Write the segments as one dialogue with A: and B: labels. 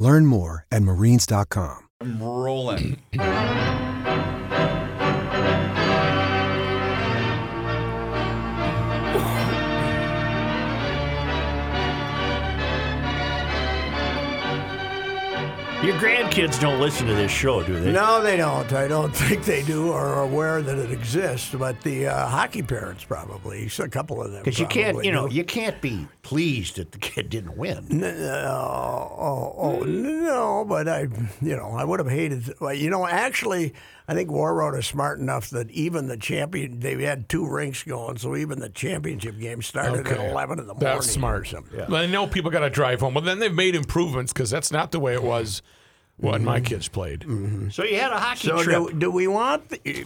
A: Learn more at marines.com.
B: I'm rolling.
C: Your grandkids don't listen to this show, do they?
D: No, they don't. I don't think they do or are aware that it exists. But the uh, hockey parents probably, a couple of them,
C: Because you can't,
D: probably
C: you know,
D: do.
C: you can't be pleased that the kid didn't win.
D: No, uh, oh, oh,
C: Hmm.
D: no, but I, you know, I would have hated. Well, you know, actually, I think Warroad is smart enough that even the champion, they had two rinks going, so even the championship game started at eleven in the morning.
E: That's
D: Or
E: smart.
D: something.
E: Well, I know people got to drive home, but then they've made improvements because that's not the way it was when
D: Mm-hmm.
E: my kids played.
C: Mm-hmm. So you had a hockey
D: So
C: trip.
D: do, do we want the,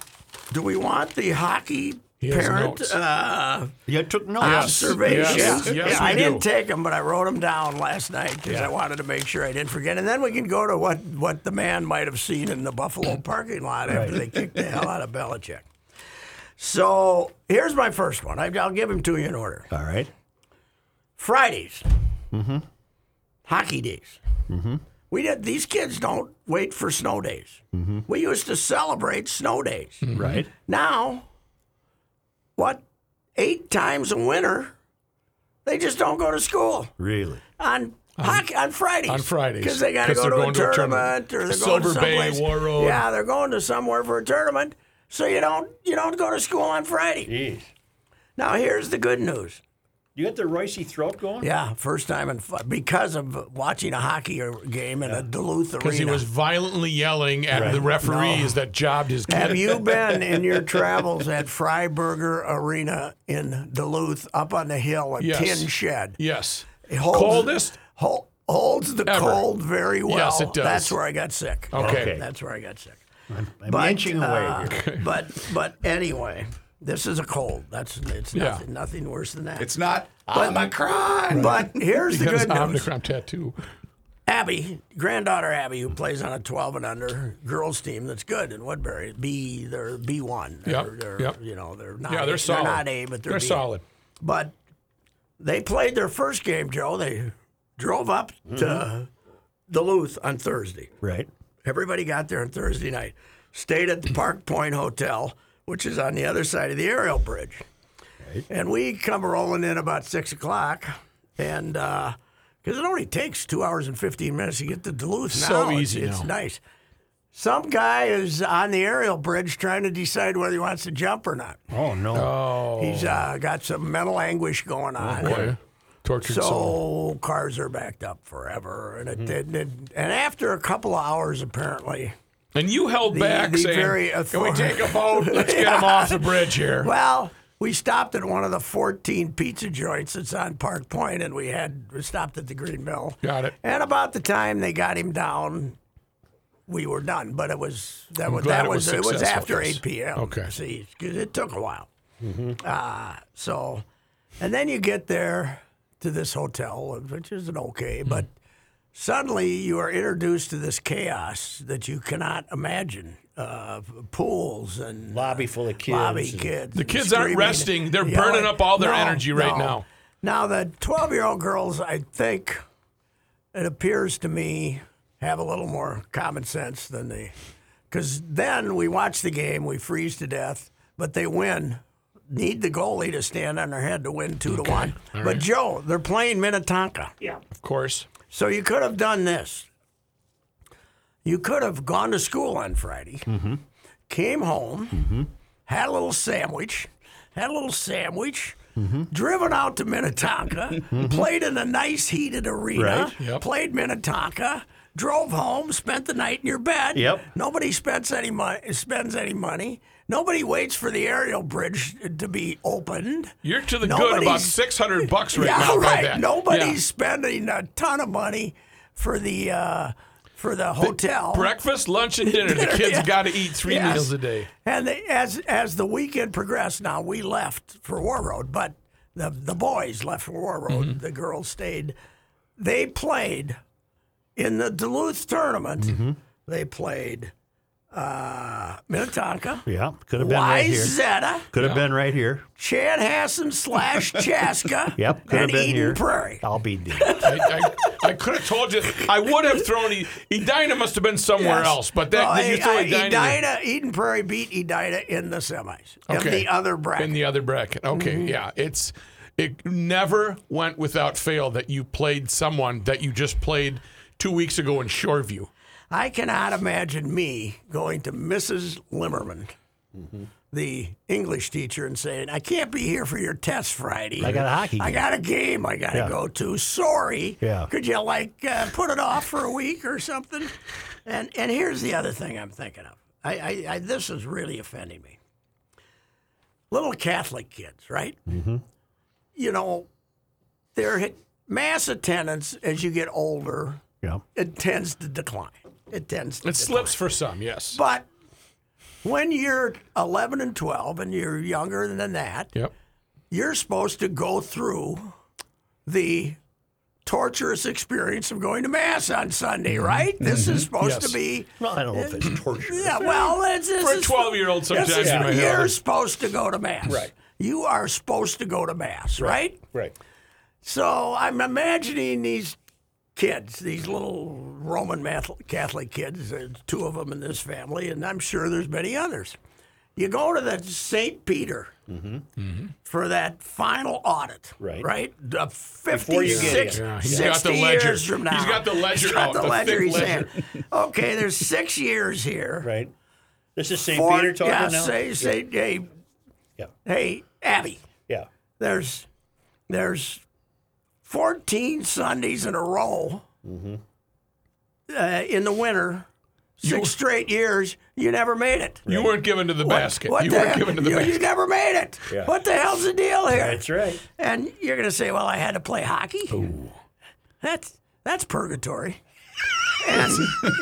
D: do we want the hockey
E: He has
D: parent?
E: notes.
D: Uh,
C: you took notes.
E: Yes.
D: observations.
E: Yes, yes,
D: I
E: we
D: didn't
E: do.
D: take them, but I wrote them down last night because I wanted to make sure I didn't forget. And then we can go to what, what the man might have seen in the Buffalo parking lot after they kicked the hell out of Belichick. So here's my first one. I, I'll give him to you in order.
C: All right.
D: Fridays,
E: Mm-hmm.
D: hockey days. We did. These kids don't wait for snow days.
E: Mm-hmm.
D: We used to celebrate snow days.
C: Right.
D: Now, what? Eight times a winter, they just don't go to school
C: Really.
D: on hockey, on Fridays.
E: on Fridays,
D: because they got to go
E: 'cause they're
D: to a
E: going to a tournament.
D: tournament, or they're going to
E: Silver Bay,
D: someplace.
E: War Road.
D: Yeah, they're going to somewhere for a tournament, so you don't you don't go to school on Friday.
C: Jeez.
D: Now here's the good news.
C: You got the ricey throat going?
D: Yeah, first time in fi- because of watching a hockey game in a Duluth arena.
E: Because he was violently yelling at the referees that jobbed his kid.
D: Have you been in your travels at Freiburger Arena in Duluth, up on the hill, a
E: Yes.
D: tin shed?
E: Yes.
D: It holds-
E: Coldest?
D: hol- holds the
E: Ever.
D: cold very well.
E: Yes, it does.
D: That's where I got sick.
E: Okay.
C: Okay.
D: That's where I got sick.
C: I'm
D: But,
C: inching
D: uh,
C: away. Here.
D: but but anyway, this is a cold. That's it's
E: Yeah.
D: nothing, nothing worse than that.
B: It's not
D: but,
B: Omicron.
D: but here's the
E: Got his
D: good news.
E: Omnicron tattoo.
D: Abby, granddaughter Abby, who plays on a 12 and under girls team that's good in Woodbury, B, they're B1.
E: Yep,
D: They're, they're,
E: yep.
D: You know, they're not,
E: Yeah, they're solid.
D: not A, but they're,
E: They're
D: B.
E: solid.
D: But they played their first game, Joe. They drove up
E: Mm-hmm.
D: to Duluth on Thursday.
C: Right.
D: Everybody got there on Thursday night, stayed at the Park Point Hotel, which is on the other side of the aerial bridge. And we come rolling in about six o'clock, and because it only takes two hours and fifteen minutes to get to Duluth now,
E: So
D: It's-
E: easy
D: it's,
E: now.
D: nice. Some guy is on the aerial bridge trying to decide whether he wants to jump or not.
C: Oh no.
D: He's uh, got some mental anguish going on.
E: Oh. Boy, tortured soul.
D: So cars are backed up forever, and it,
E: Mm-hmm.
D: it, it and after a couple of hours, apparently,
E: And you held
D: The-
E: back
D: the
E: saying,
D: very
E: can we
D: author-
E: take a boat? Let's get him off the bridge here.
D: Well, we stopped at one of the 14 pizza joints that's on Park Point, and we had we stopped at the Green Mill.
E: Got it.
D: And about the time they got him down, we were done. But it was that was
E: glad
D: that
E: it was
D: was, it was
E: successful,
D: after
E: yes.
D: 8 p.m.
E: Okay. Mm-hmm.
D: see, 'cause it took a while. Uh, so, and then you get there to this hotel, which isn't
E: Mm-hmm.
D: okay, but. Suddenly, you are introduced to this chaos that you cannot imagine. Uh, pools and
C: Lobby full of kids.
D: Bobby
C: and-
D: kids.
E: The kids aren't
D: screaming,
E: resting. They're
D: yelling.
E: burning up all their energy right now.
D: Now, the 12 year old girls, I think, it appears to me, have a little more common sense than the. Because then we watch the game, we freeze to death, but they win. Need the goalie to stand on their head to win two to one. But
E: all right.
D: Joe, they're playing Minnetonka.
E: Of course.
D: So you could have done this. You could have gone to school on Friday,
C: Mm-hmm.
D: came home, had a little sandwich, had a little sandwich,
C: Mm-hmm.
D: driven out to Minnetonka, played in a nice heated arena,
C: Right,
E: yep.
D: played Minnetonka, drove home, spent the night in your bed.
C: Yep.
D: Nobody spends any money. Spends any money. Nobody waits for the aerial bridge to be opened.
E: You're to the good about
D: Nobody's-
E: 600 bucks right
D: yeah,
E: now. by
D: right.
E: that.
D: Nobody's
E: Yeah.
D: spending a ton of money for the uh, for the hotel.
E: Breakfast, lunch, and dinner. The
D: Dinner,
E: kids
D: yeah.
E: got to eat three
D: Yes.
E: meals a day.
D: And they, as as the weekend progressed, now we left for War Road, but the the boys left for War Road.
C: Mm-hmm.
D: The girls stayed. They played in the Duluth tournament.
C: Mm-hmm.
D: They played uh, Minnetonka,
C: Yeah, could have been right here.
D: Wyzetta,
C: Could have been right here.
D: Chad Hassan slash Chaska,
C: Yep, could have
D: and
C: been
D: Eden
C: here.
D: Prairie.
C: I'll be dead.
E: I, I, I could have told you. I would have thrown. E- Edina must have been somewhere
D: Yes.
E: else, but that
D: Well,
E: did you
D: I-
E: throw
D: I-
E: Edina, in,
D: Edina- Eden Prairie beat Edina in the semis.
E: Okay.
D: In the other
E: the-
D: bracket.
E: in the other bracket? Okay,
D: Mm-hmm.
E: yeah. It's it never went without fail that you played someone that you just played two weeks ago in Shoreview.
D: I cannot imagine me going to Mrs. Limmerman,
C: Mm-hmm.
D: the English teacher, and saying, I can't be here for your test Friday.
C: I got a hockey
D: I
C: game."
D: got a game I got to
C: Yeah.
D: go to. Sorry.
C: Yeah.
D: Could you, like, uh, put it off for a week or something? And, and here's the other thing I'm thinking of. I, I, I, this is really offending me. Little Catholic kids, right? Mm-hmm. You know, their mass attendance as you get older
C: yeah.
D: it tends to decline. It tends to
E: It
D: decline.
E: slips for some, yes.
D: But when you're 11 and 12 and you're younger than that,
E: Yep.
D: you're supposed to go through the torturous experience of going to mass on Sunday, right? This is supposed
E: Mm-hmm. Yes.
D: to be.
C: Well, I don't know if it's torture.
D: Yeah, well, it's, this
E: For a
D: is-
E: 12-year-old
D: this
E: sometimes
D: is-
E: you might have
D: you're
E: other-
D: supposed to go to mass.
E: Right.
D: You are supposed to go to mass, right?
E: Right.
D: So I'm imagining these kids, these little Roman math- Catholic kids, there's two of them in this family, and I'm sure there's many others. You go to the St. Peter
E: Mm-hmm.
D: for that final audit,
C: Mm-hmm. Right.
D: Right, the
C: Before you get in.
D: 56,
E: Yeah, he's
D: 60
E: got the ledger.
D: years from now.
E: He's got the ledger
D: He's got
E: out,
D: the
E: the
D: ledger.
E: thick
D: He's
E: ledger.
D: saying, okay, there's six years here.
C: Right. This is St.
D: Four-
C: Peter talking
D: yeah,
C: now?
D: say, say, hey,
C: Yeah.
D: hey, Abby
C: yeah.
D: there's there's 14 Sundays in a row uh, in the winter, six straight years. You never made it.
E: You weren't given to the basket.
D: What
E: you
D: the
E: weren't
D: hell?
E: given to the
D: you,
E: basket.
D: you never made it.
C: Yeah.
D: What the hell's the deal here?
C: That's right.
D: And you're gonna say, "Well, I had to play hockey." That's that's purgatory. And,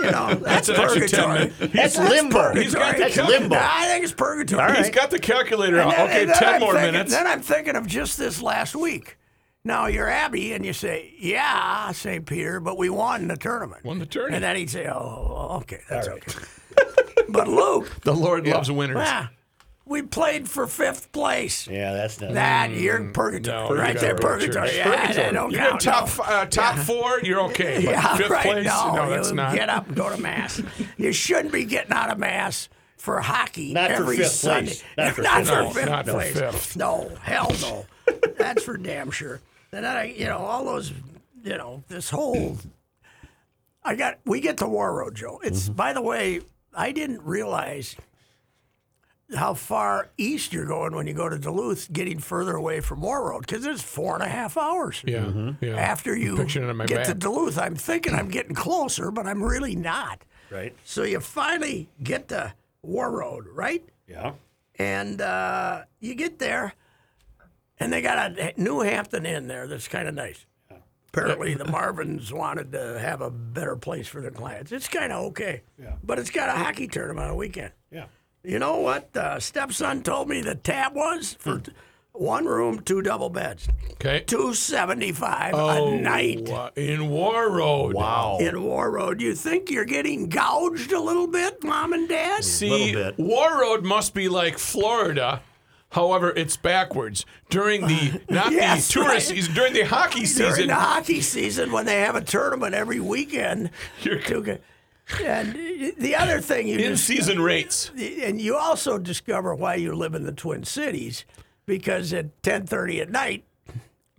D: you know, that's,
E: an extra 10
D: purgatory.
E: minutes.
C: That's limbo.
D: purgatory.
C: He's got the That's
D: No,
C: limbo.
D: I think it's purgatory.
C: All
E: He's
C: right.
E: got the calculator
D: And
E: out.
D: then-
E: Okay,
D: and then
E: 10
D: I'm
E: more
D: thinking-
E: minutes.
D: Then I'm thinking of just this last week. Now you're Abby, and you say, "Yeah, St. Peter, but we won the tournament."
E: Won the tournament.
D: And then he'd say, "Oh, okay, that's
C: All right.
D: okay." but Luke,
E: the Lord loves winners.
D: ah, we played for fifth place.
C: Yeah, that's not.
D: That you're purgatory,
E: Mm, no,
D: right
E: you
D: there,
E: gotta go to church.
D: purgatory. Yeah, that don't
E: You're in
D: count.
E: top
D: no.
E: uh, top four. You're okay. But
D: Yeah,
E: fifth
D: right.
E: place.
D: No,
E: that's
D: you
E: not.
D: Get up and go to mass. you shouldn't be getting out of mass for hockey
C: Not for
D: every
C: fifth
D: Sunday.
C: place. Not for fifth.
D: for
E: No,
D: fifth
E: not for
D: place.
E: fifth.
D: No, hell no. That's for damn sure. And then I, you know, all those, you know, this whole. I got. We get to War Road, Joe. It's
E: Mm-hmm.
D: by the way, I didn't realize how far east you're going when you go to Duluth, getting further away from War Road, because it's four and a half hours
E: Yeah,
C: Mm-hmm.
E: yeah.
D: after you
E: picturing it on my
D: get to
E: map.
D: Duluth. I'm thinking I'm getting closer, but I'm really not.
C: Right.
D: So you finally get to War Road, right?
C: Yeah.
D: And uh, you get there, and they got a New Hampton Inn there that's kind of nice. Apparently, the Marvins wanted to have a better place for their clients. It's kind of okay,
C: Yeah.
D: but it's got a hockey tournament on the weekend.
C: Yeah.
D: You know what? Uh, stepson told me the tab was for
E: Hmm.
D: t- one room, two double beds,
E: Okay.
D: two seventy five
E: Oh,
D: a night.
E: uh, in War Road. Wow.
D: in War Road. You think you're getting gouged a little bit, Mom and Dad?
E: See,
C: Little bit.
E: War Road must be like Florida. However, it's backwards during the not
D: Yes,
E: the tourist
D: right.
E: season during the hockey
D: During
E: season.
D: the hockey season, when they have a tournament every weekend, to get- and the other thing you
E: in
D: dis-
E: season rates.
D: and you also discover why you live in the Twin Cities because at ten thirty at night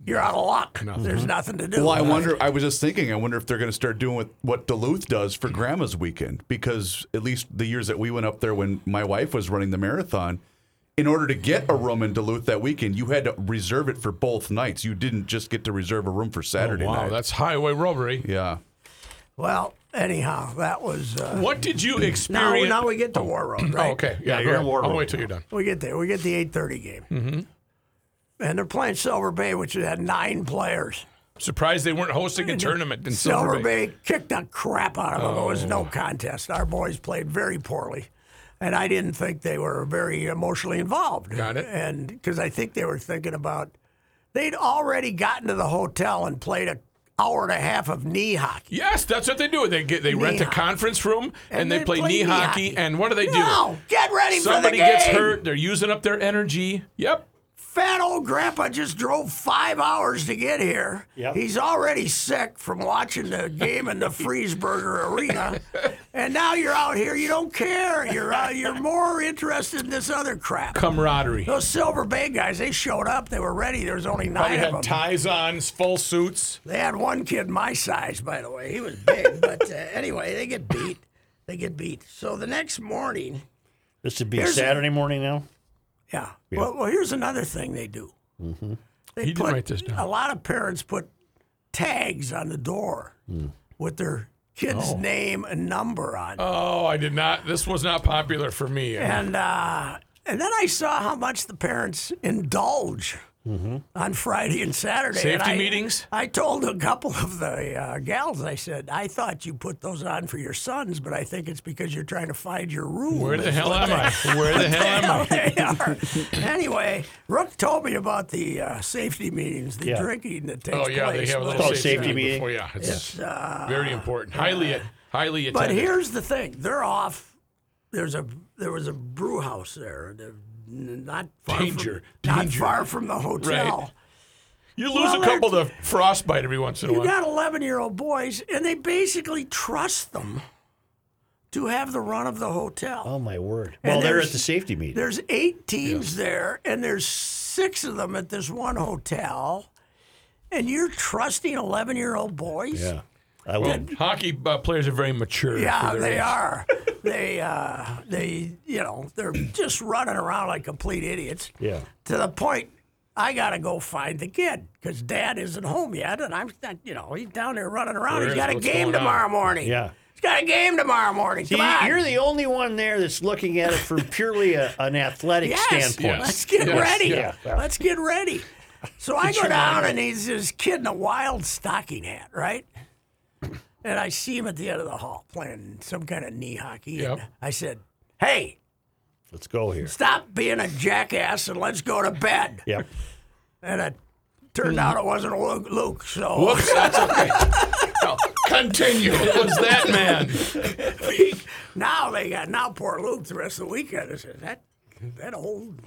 B: you're out of luck. There's nothing to do.
F: Well, I wonder. I was just thinking. I wonder if they're going to start doing what, what Duluth does for Grandma's Weekend, because at least the years that we went up there when my wife was running the marathon, in order to get a room in Duluth that weekend, you had to reserve it for both nights. You didn't just get to reserve a room for Saturday
E: Oh, wow,
F: night.
E: that's highway robbery.
F: yeah.
B: Well, anyhow, that was. Uh,
E: What did you
B: now,
E: experience?
B: now we get to War Road, right?
E: Oh, okay. Yeah,
C: you're
E: go
C: in
E: ahead.
C: War
E: I'll
C: Room
E: wait till you're done.
B: We get there. We get the 8:30 game, mm-hmm. and they're playing Silver Bay, which had nine players.
E: Surprised they weren't hosting a tournament in
B: Silver,
E: Silver Bay.
B: Bay. kicked the crap out of them. It was
F: Oh.
B: no contest. Our boys played very poorly, and I didn't think they were very emotionally involved.
E: Got it.
B: And because I think they were thinking about, they'd already gotten to the hotel and played a hour and a half of knee hockey.
E: Yes, that's what they do. They get they rent a
B: hockey.
E: conference room and,
B: And
E: they,
B: they
E: play,
B: play
E: knee
B: knee
E: hockey.
B: hockey.
E: And what do they
B: No, get ready
E: do?
B: for the
E: Somebody
B: game.
E: gets hurt. They're using up their energy. Yep.
B: Fat old grandpa just drove five hours to get here.
C: Yep.
B: He's already sick from watching the game in the Friesberger Arena. And now you're out here, you don't care. You're uh, you're more interested in this other crap.
E: Camaraderie.
B: Those Silver Bay guys, they showed up. They were ready. There was only
E: Probably
B: nine of them.
E: had ties on, full suits.
B: They had one kid my size, by the way. He was big, but uh, anyway, they get beat. They get beat. So the next morning,
C: This would be
B: Here's-
C: Saturday morning now.
B: Yeah. Well, well, here's another thing they do. They
E: Mm-hmm. He didn't
B: put-
E: write this down.
B: A lot of parents put tags on the door with their kid's name and number on. it.
E: Hmm. Oh, I did not. This was not popular for me.
B: And uh, and then I saw how much the parents indulge on Friday and Saturday. and
E: Mm-hmm. Safety
B: I-
E: meetings?
B: I told a couple of the uh, gals. I said, I thought you put those on for your sons, but I think it's because you're trying to find your room.
E: Where the hell am I? Where the hell am I?
B: they are. Anyway, Rook told me about the uh, safety meetings, the
C: Yeah.
B: drinking that takes
E: Oh yeah,
B: place.
E: they have a
B: but-
E: little
C: Oh,
E: safety,
C: safety
E: meeting.
C: meeting.
E: Before, yeah, it's very important. Highly, highly
B: Uh, But
E: attended.
B: here's the thing: they're off. There's a there was a brew house there, they're n- not far
E: Danger,
B: from,
E: danger.
B: not far from the hotel.
E: Right. you lose
B: well,
E: a couple to frostbite every once in a
B: You
E: while.
B: got 11 year old boys, and they basically trust them to have the run of the hotel.
C: Oh my word!
B: And
C: Well, they're
B: there's-
C: at the safety meeting.
B: There's eight teams there, and there's six of them at this one hotel, and you're trusting 11 year old boys?
C: Yeah, I
E: well,
C: would.
E: hockey uh, players are very mature.
B: Yeah,
E: for their
B: they
E: age.
B: are. they, uh, they, you know, they're just running around like complete idiots.
C: Yeah.
B: To the point, I gotta go find the kid because Dad isn't home yet, and I'm, not, you know, he's down there running around.
E: Where
B: he's
E: is-
B: got a
E: what's
B: game
E: going on?
B: tomorrow morning.
C: Yeah.
B: he's got a game tomorrow morning.
C: See,
B: Come on.
C: you're the only one there that's looking at it from purely a, an athletic
B: Yes.
C: standpoint.
E: Yes.
B: Let's get
E: Yes.
B: ready.
C: Yeah.
B: Let's get ready. So I go down and he's this kid in a wild stocking hat, right? And I see him at the end of the hall playing some kind of knee hockey.
E: Yep.
B: And I said, Hey,
C: Let's go here.
B: stop being a jackass and let's go to bed.
C: Yep.
B: And it turned out it wasn't Luke, Luke so
E: Whoops, that's okay. No, continue. It was that man.
B: now they got now poor Luke the rest of the weekend. I said, That that old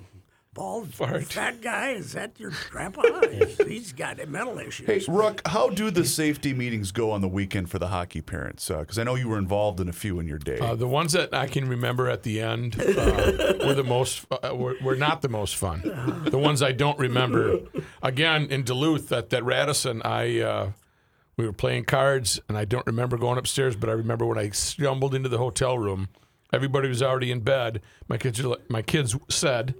B: bald
E: Fart.
B: fat guy, is that your grandpa? He's- He's got a mental issue.
F: Hey, Rook, how do the safety meetings go on the weekend for the hockey parents? Because I know you were involved in a few in your day.
E: Uh, the ones that I can remember at the end uh, were the most uh, were, were not the most fun. The ones I don't remember, again in Duluth at that Radisson, I uh, we were playing cards and I don't remember going upstairs, but I remember when I stumbled into the hotel room, everybody was already in bed. My kids are like- my kids said.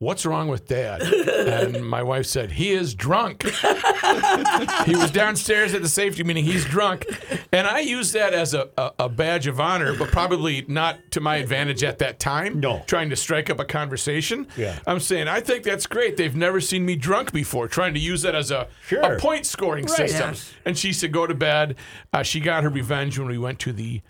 E: What's wrong with dad? And my wife said, He is drunk. He was downstairs at the safety meeting. He's drunk. And I used that as a, a, a badge of honor, but probably not to my advantage at that time.
C: No.
E: Trying to strike up a conversation.
C: Yeah.
E: I'm saying, I think that's great. They've never seen me drunk before, trying to use that as a,
C: Sure.
E: a point scoring system. And she said, go to bed. Uh, she got her revenge when we went to the.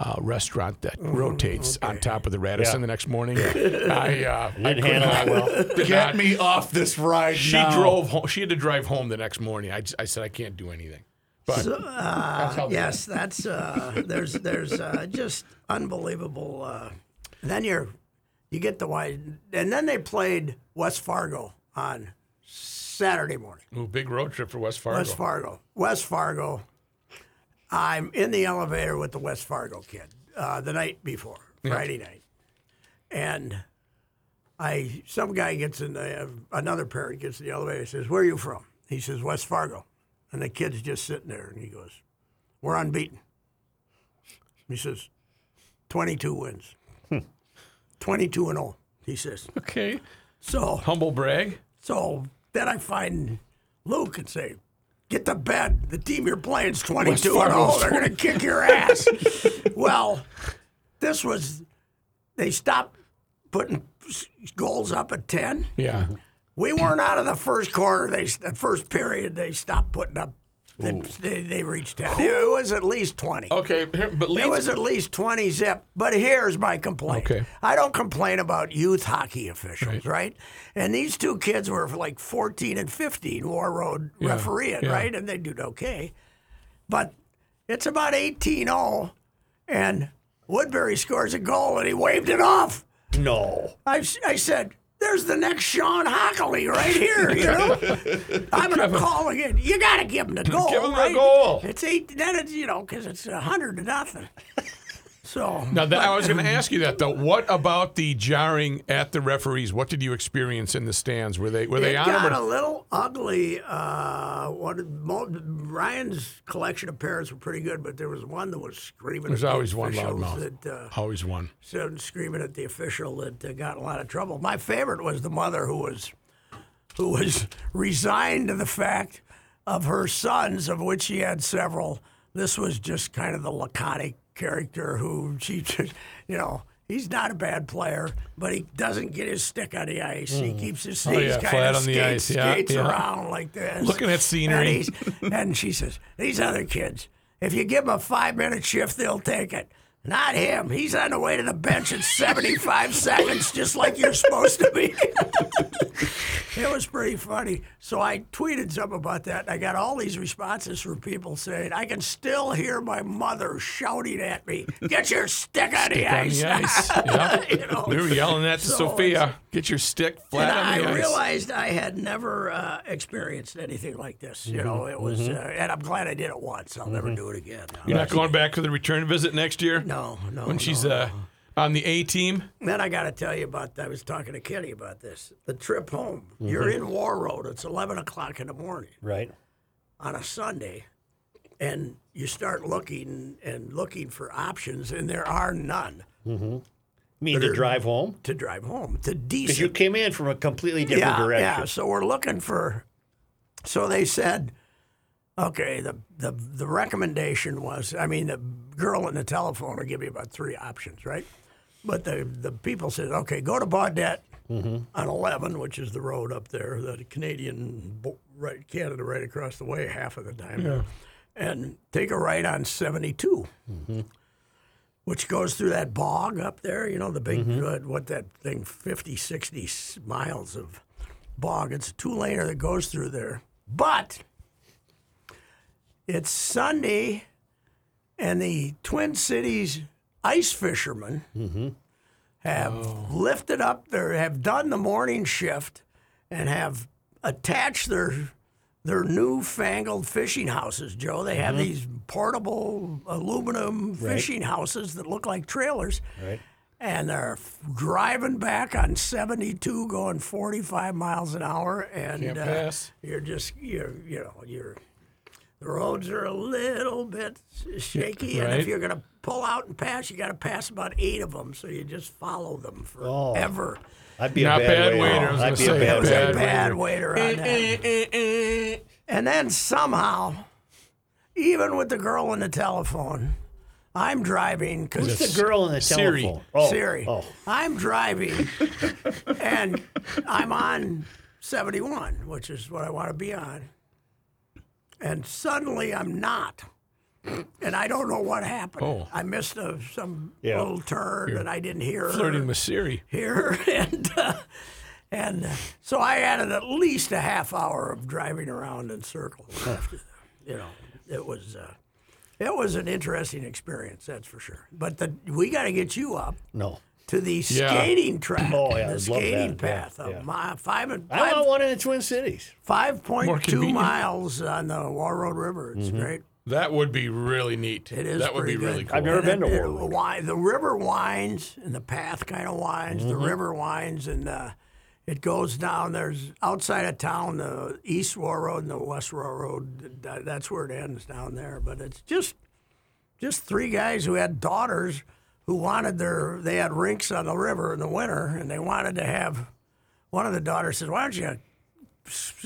E: Uh, restaurant that rotates on top of the
C: Yeah.
E: Radisson the next morning. I uh, I
C: Didn't handle it well.
E: could
F: Get
E: not-
F: me off this ride
E: she
F: now.
E: drove home. She had to drive home the next morning. I, j- I said I can't do anything. But that's how
B: Yes, that's uh, there's there's uh, just unbelievable. Uh, then you're you get the wide, and then they played West Fargo on Saturday morning.
E: Ooh, big road trip for West Fargo.
B: West Fargo, West Fargo. I'm in the elevator with the West Fargo kid uh, the night before Friday night, and I some guy gets in the another parent gets in the elevator and says, "Where are you from?" He says, West Fargo. And the kid's just sitting there and he goes, We're unbeaten. He says, 22 wins. 22 and 0, he says.
E: Okay.
B: So,
E: Humble brag.
B: so then I find Luke and say, Get to bed. The team you're playing is 22 and 0.
E: Fargo's
B: They're going to kick your ass. well, this was, they stopped putting goals up at 10.
E: Yeah.
B: We weren't out of the first quarter. They the first period they stopped putting up. They, they, they reached ten. It was at least twenty.
E: Okay. here- But
B: It
E: Leeds.
B: was at least twenty zip. But here's my complaint.
E: Okay.
B: I don't complain about youth hockey officials, right? And these two kids were like fourteen and fifteen, War Road refereeing,
E: yeah.
B: right? And they did okay. But it's about 18-0, and Woodbury scores a goal and he waved it off.
C: No.
B: I, I said, there's the next Sean Hockley right here, you know? I'm going to call again. You got to give him the goal.
E: Give him the
B: right?
E: goal.
B: It's eight, then it's, you know, because it's a 100 to nothing. So,
E: Now that, I was going to ask you that though. What about the jarring at the referees? What did you experience in the stands? Were they were
B: it
E: they on
B: got
E: them?
B: a
E: or-
B: little ugly. Uh, what Mo, Ryan's collection of parents were pretty good, but there was one that was screaming.
E: There's
B: at the
E: always one
B: officials
E: loudmouth.
B: That, uh,
E: Always one.
B: so screaming at the official that uh, got in a lot of trouble. My favorite was the mother who was who was resigned to the fact of her sons, of which she had several. This was just kind of the laconic character who she, just, you know, he's not a bad player, but he doesn't get his stick on the ice. He keeps his
E: Oh,
B: he's
E: yeah,
B: kind
E: flat
B: of
E: on the
B: skates,
E: ice, yeah,
B: skates
E: yeah.
B: around like this,
E: Looking at scenery.
B: And, he's- and she says, "These other kids, if you give them a five-minute shift, they'll take it." Not him. He's on the way to the bench in 75 seconds, just like you're supposed to be. It was pretty funny. So I tweeted something about that, and I got all these responses from people saying, I can still hear my mother shouting at me, Get your stick on the
E: On
B: ice.
E: the ice. Yeah.
B: You know?
E: We were yelling at to
B: So
E: Sophia. Get your stick
B: And
E: flat on the
B: I
E: ice.
B: realized I had never uh, experienced anything like this.
E: Mm-hmm.
B: You know, it was, uh, and I'm glad I did it once. I'll never do it again.
E: You're not going back for the return visit next year
B: No, no.
E: when she's
B: no.
E: uh, on the A team.
B: Then I got to tell you about. I was talking to Kenny about this. The trip home. You're
E: Mm-hmm.
B: in War Road. It's 11 o'clock in the morning.
C: Right.
B: on a Sunday and you start looking and looking for options, and there are none
C: You mean to drive home?
B: to drive home to
C: Because you
B: decent.
C: came in from a completely different
B: yeah, yeah.
C: direction.
B: So we're looking for. So they said, okay. The the the recommendation was. I mean, the girl in the telephone will give you about three options, right? But the the people said, okay, go to Baudette
C: Mm-hmm.
B: on 11, which is the road up there, the Canadian, bo- right, Canada right across the way half of the time, and take a right on 72, which goes through that bog up there, you know, the big, uh, what that thing, 50, 60 s- miles of bog. It's a two laner that goes through there. But it's Sunday, and the Twin Cities ice fishermen
E: Mm-hmm.
B: have
E: Oh.
B: lifted up their, have done the morning shift, and have attached their their newfangled fishing houses. Joe, they
E: Mm-hmm.
B: have these portable aluminum fishing houses that look like trailers.
C: Right.
B: And they're f- driving back on 72, going 45 miles an hour, and
E: Can't
B: uh,
E: pass.
B: you're just you're you know you're the roads are a little bit shaky, and
E: Right.
B: if you're going to pull out and pass, you got to pass about eight of them. So you just follow them forever.
C: I'd be
E: Not
C: a
E: bad
C: bad,
E: waiter, I was
C: I'd
E: gonna
C: be
E: say,
C: a bad,
E: bad
C: waiter.
B: Bad waiter on that. And then somehow, even with the girl on the telephone, I'm driving because
C: Who's the girl in the
E: Siri.
C: telephone? Oh,
B: Siri.
C: Oh,
B: I'm driving and I'm on 71, which is what I want to be on. And suddenly I'm not. And I don't know what happened.
E: Oh.
B: I missed a, some
C: Yeah.
B: little turn and I didn't hear her
E: Flirting with Siri.
B: here. And, uh, and uh, so I added at least a half hour of driving around in circles. after that. You know, it was. Uh, it was an interesting experience, that's for sure. But the, we got to get you up
C: no.
B: to the skating track,
C: Oh, yeah,
B: the
C: I'd love
B: skating
C: that, yeah,
B: path, of
C: yeah.
B: mi- five and
C: I
B: five,
C: want one in the Twin Cities.
B: five
E: More
B: point two
E: convenient.
B: miles on the War Road River.
C: Mm-hmm.
B: It's great.
E: That would be really neat.
B: It is.
E: That would be
B: pretty
E: really
B: good.
E: cool.
C: I've never
B: And
C: been to
B: it-
C: War
B: it
C: Road.
E: Mm-hmm.
B: wi- The river winds and the path kind of winds. The river winds and uh, It goes down. There's outside of town, the East Royal Road and the West Royal Road. that- That's where it ends down there. But it's just just three guys who had daughters who wanted their they had rinks on the river in the winter and they wanted to have one of the daughters said why don't you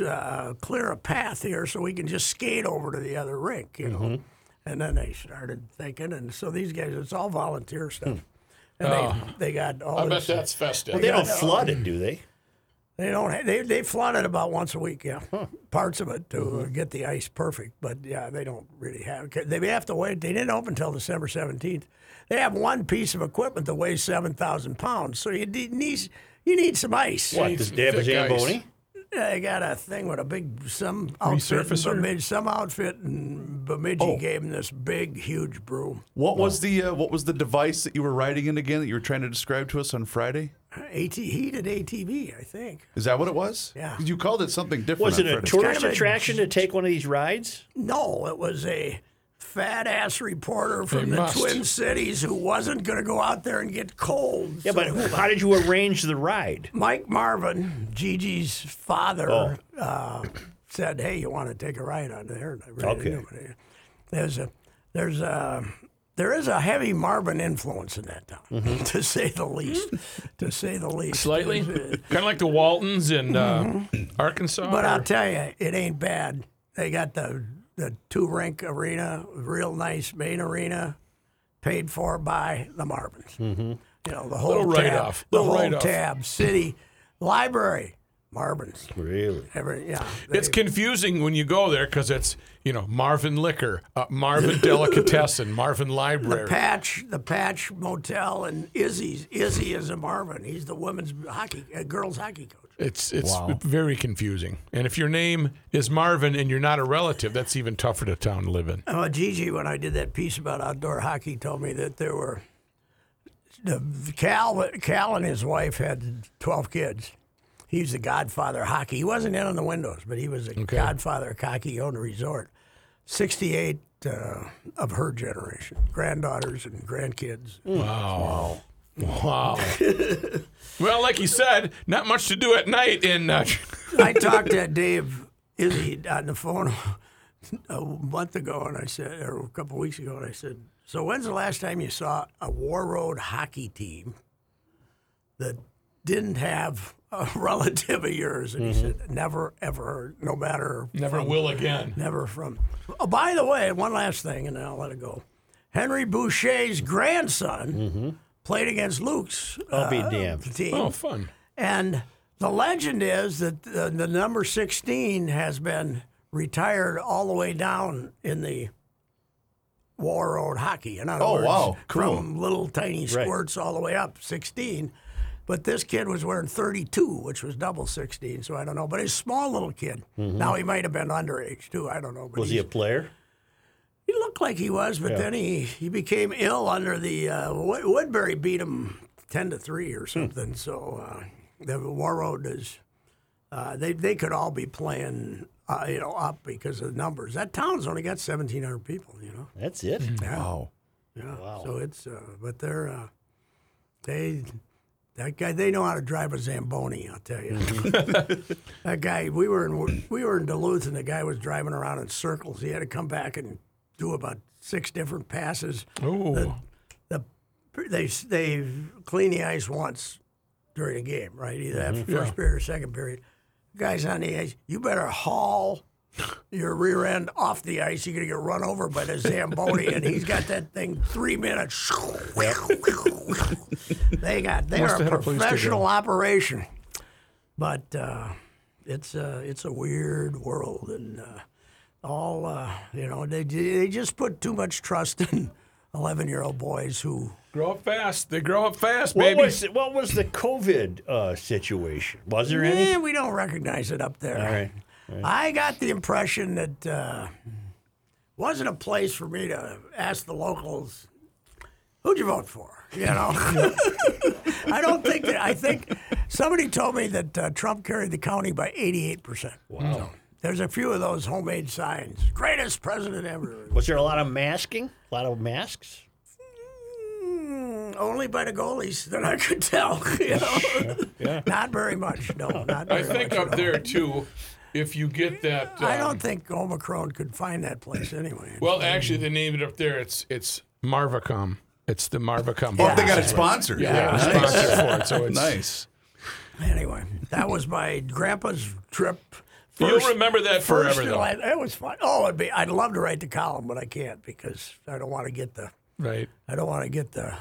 B: uh, clear a path here so we can just skate over to the other rink you know
E: Mm-hmm.
B: and then they started thinking and so these guys it's all volunteer stuff and they, they got all
E: Hmm. Oh. I bet
B: this,
E: that's festive.
C: They don't flood it, do they?
B: they don't ha- they, they flood it about once a week yeah parts of it to
E: Mm-hmm.
B: get the ice perfect but yeah they don't really have 'cause they have to wait they didn't open until december 17th they have one piece of equipment that weighs 7000 pounds so you de- need you need some ice
C: What? Does they have a
E: thick ice.
C: Zamboni?
B: they got a thing with a big some outfit in
E: Resurfacer? Oh.
B: Bemidji, some outfit in Bemidji gave him this big huge broom
F: What was the uh, what was the device that you were riding in again that you were trying to describe to us on Friday?
B: AT heated ATV I think
F: Is that what it was?
B: Yeah.
F: You called it something different.
C: Was
F: on
C: it a
F: Friday.
C: tourist
B: kind of a-
C: attraction to take one of these rides?
B: No, it was a fat ass reporter from
E: They
B: the
E: must.
B: Twin Cities who wasn't going to go out there and get cold. So
C: Yeah, but who, how did you arrange the ride?
B: Mike Marvin, Gigi's father, uh, said, "Hey, you want to take a ride on there?" And I really
C: Okay.
B: knew it. There's a there's a there is a heavy Marvin influence in that town, to say the least. to say the least,
E: Slightly, kind of like the Waltons in uh, Arkansas.
B: But I'll
E: or-
B: tell you, it ain't bad. They got the the two rink arena, real nice main arena, paid for by the Marvins. Mm-hmm. You know the whole
E: Little
B: tab,
E: write-off,
B: the
E: little
B: whole
E: write-off.
B: tab, city library, Marvins.
C: Really?
B: Every yeah,
E: It's confusing when you go there because it's you know Marvin Liquor, uh, Marvin Delicatessen, Marvin Library.
B: patch the patch motel and Izzy's. Izzy is a Marvin. He's the women's hockey, uh, girls hockey coach.
E: It's it's very confusing. And if your name is Marvin and you're not a relative, that's even tougher to town to live in.
B: Well, Oh, Gigi, when I did that piece about outdoor hockey, told me that there were the Cal. Cal and his wife had twelve kids. He's the godfather of hockey. He wasn't in on the windows, but he was the godfather of hockey. He owned a resort. Sixty-eight uh, of her generation, granddaughters and grandkids.
E: Wow. Wow. well, like you said, not much to do at night in uh,
B: I talked to Dave Izzy on the phone a month ago, and I said, or a couple weeks ago, and I said, "So when's the last time you saw a War Road hockey team that didn't have a relative of yours?" And
C: Mm-hmm.
B: he said, "Never, ever, no matter,
E: Never Will Again.
B: never from." Oh, by the way, one last thing, and then I'll let it go. Henry Boucher's grandson played against Luke's
C: Mm-hmm. I'll be
B: uh,
C: damned.
B: team.
E: Oh, fun.
B: And the legend is that the, the number 16 has been retired all the way down in the War Road hockey. In other
F: Oh,
B: words,
F: wow. Cool.
B: from little tiny squirts all the way up, 16. But this kid was wearing 32, which was double 16, so I don't know. But he's a small little kid. Now he might have been underage, too. I don't know. But
C: Was he
B: he's-
C: a player?
B: he looked like he was, but then he, he became ill under the uh, Wo- Woodbury beat him ten to three or something. So uh, the War Road is uh, they they could all be playing uh, you know up because of the numbers. That town's only got seventeen hundred people, you know.
C: That's it.
F: Wow.
B: Yeah. So it's uh, but they're uh, they that guy they know how to drive a Zamboni. I'll tell you. that guy we were in we were in Duluth and the guy was driving around in circles. He had to come back and do about six different passes.
E: Oh,
B: The they they clean the ice once during a game, right? Either after
E: Mm-hmm.
B: first period or second period. Guys on the ice, you better haul your rear end off the ice. You're gonna get run over by the zamboni, and he's got that thing three minutes. they got they're
E: Must have
B: a
E: had a police
B: professional operation, but uh, it's a it's a weird world, and uh, all uh, you know they they just put too much trust in eleven year old boys who
E: grow up fast. They grow up fast,
C: What
E: baby.
C: was, what was the COVID uh, situation? Was there any?
B: Eh, we don't recognize it up there.
C: All right.
B: I got the impression that uh, wasn't a place for me to ask the locals, "Who'd you vote for?" You know, I don't think that. I think somebody told me that uh, Trump carried the county by eighty-eight percent. Wow. there's a few of those homemade signs. Greatest president ever.
C: Was there a lot of masking? A lot of masks?
B: Hmm, only by the goalies that I could tell. You know? Not very much. No, not very
E: I think
B: much.
E: up there too, if you get that.
B: I
E: um,
B: don't think Omicron could find that place anyway.
E: Well, actually, they named it up there. It's it's Marvacom. It's the Marvacom.
F: Oh, they got it sponsored.
E: Yeah, sponsor for it, so it's-
F: nice.
B: anyway, that was my grandpa's trip.
E: You'll
B: First-
E: remember that forever,
B: first
E: though.
B: July. That was fun. Oh, it'd be. I'd love to write the column, but I can't because I don't want to get the.
E: right.
B: I don't want to get the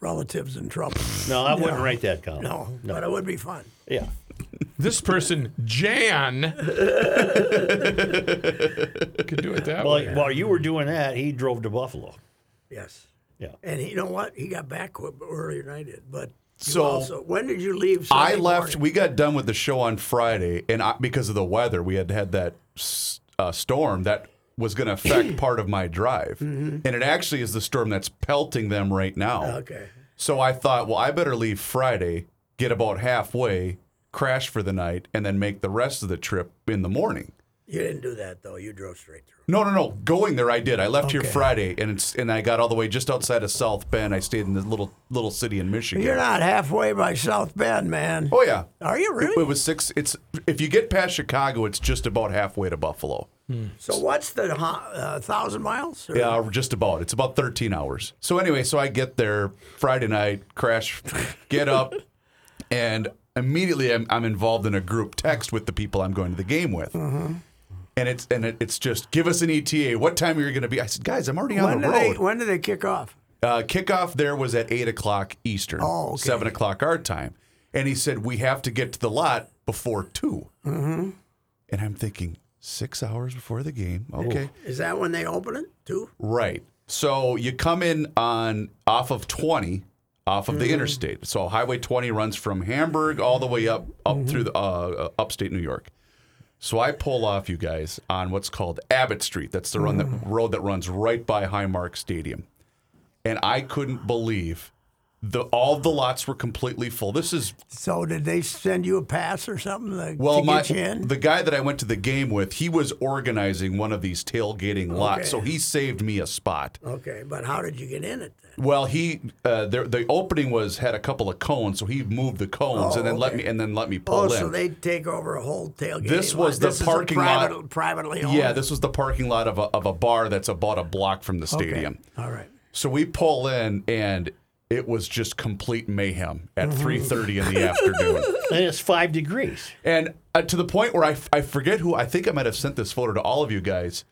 B: relatives in trouble.
C: No, I wouldn't write that column.
B: No, but it would be fun.
C: Yeah.
E: This person, Jan, could do it that
C: Well,
E: way.
C: while you were doing that, he drove to Buffalo.
B: Yes.
C: Yeah.
B: And he, you know what? He got back qu- earlier than I did. But you
F: So-
B: also, when did you leave?
F: I
B: Sunday
F: left.
B: morning?
F: We got done with the show on Friday, and I, because of the weather, we had had that s- uh, storm that was going to affect part of my drive,
B: Mm-hmm.
F: and it actually is the storm that's pelting them right now.
B: Okay.
F: So I thought, well, I better leave Friday, get about halfway, crash for the night, and then make the rest of the trip in the morning.
B: You didn't do that though. You drove straight through.
F: No, no, no. Going there, I did. I left here
B: Okay.
F: Friday, and it's and I got all the way just outside of South Bend. I stayed in the little little city in Michigan.
B: You're not halfway by South Bend, man.
F: Oh yeah.
B: Are you
F: It-
B: really?
F: It was six. It's if you get past Chicago, it's just about halfway to Buffalo.
B: So what's the hu- uh, thousand miles? Or-
F: Yeah, just about. It's about thirteen hours. So anyway, so I get there Friday night, crash, get up, and immediately I'm, I'm involved in a group text with the people I'm going to the game with.
B: Mm-hmm.
F: And it's and it, it's just give us an ETA. What time are you going to be? I said, guys, I'm already on
B: When
F: the
B: do
F: road.
B: they? When do they kick off?
F: Uh, kickoff there was at eight o'clock Eastern,
B: Oh, okay.
F: seven o'clock our time, and he said we have to get to the lot before 2 Mm-hmm. And I'm thinking six hours before the game. Okay,
B: Is that when they open it? Two.
F: right. So you come in on off of twenty, off of
B: Mm-hmm.
F: the interstate. So Highway 20 runs from Hamburg all the way up up
B: Mm-hmm.
F: through the, uh, uh, upstate New York. So I pull off you guys on what's called Abbott Street. That's the
B: Mm.
F: run that road that runs right by Highmark Stadium. And I couldn't believe the all the lots were completely full. This is
B: So did they send you a pass or something to,
F: well
B: to
F: my
B: get you in?
F: the guy that I went to the game with, he was organizing one of these tailgating lots.
B: Okay.
F: So he saved me a spot.
B: okay, but how did you get in it then?
F: Well, he uh, the, the opening was had a couple of cones, so he moved the cones and then let me and then let me pull
B: Oh,
F: in.
B: so they take over a whole tailgate.
F: This was the
B: this
F: parking
B: is a
F: lot-
B: private, Privately owned.
F: Yeah, this was the parking lot of a, of a bar that's about a block from the
B: Okay.
F: stadium.
B: All right.
F: So we pull in, and it was just complete mayhem
B: Mm-hmm.
F: at three thirty in the afternoon,
C: And it's five degrees.
F: and uh, to the point where I, f- I forget who I think I might have sent this photo to all of you guys.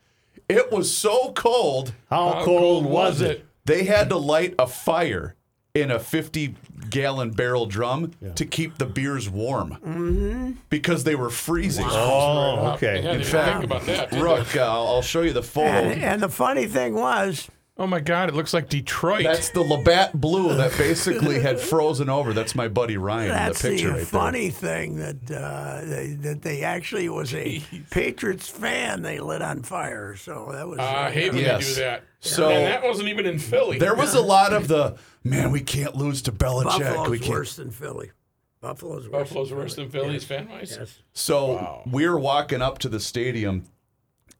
F: It was so cold
C: How,
E: How
C: cold, was it?
F: they had to light a fire in a fifty gallon barrel drum to keep the beers warm because they were freezing.
C: Oh,
E: Yeah,
C: okay.
E: they
F: In
E: didn't
F: fact,
E: Mm-hmm. think about that. did
F: Rook, uh, I'll I'll show you the photo.
B: And, and the funny thing was,
E: they? Oh my God! It looks like Detroit.
F: That's the Labatt Blue that basically had frozen over. That's my buddy Ryan
B: that's
F: in the
B: the,
F: picture right
B: funny thing that uh, they, that they actually was a Patriots fan they lit on fire. So that was.
E: Ah, I hate when
F: Yes.
E: they do that.
F: So-
E: and that wasn't even in Philly.
F: there. There was a lot of the man. We can't lose to Belichick.
B: Buffalo's
F: we can't.
B: worse than Philly. Buffalo's worse.
E: Buffalo's worse than Philly's fan wise.
F: So we're walking up to the stadium,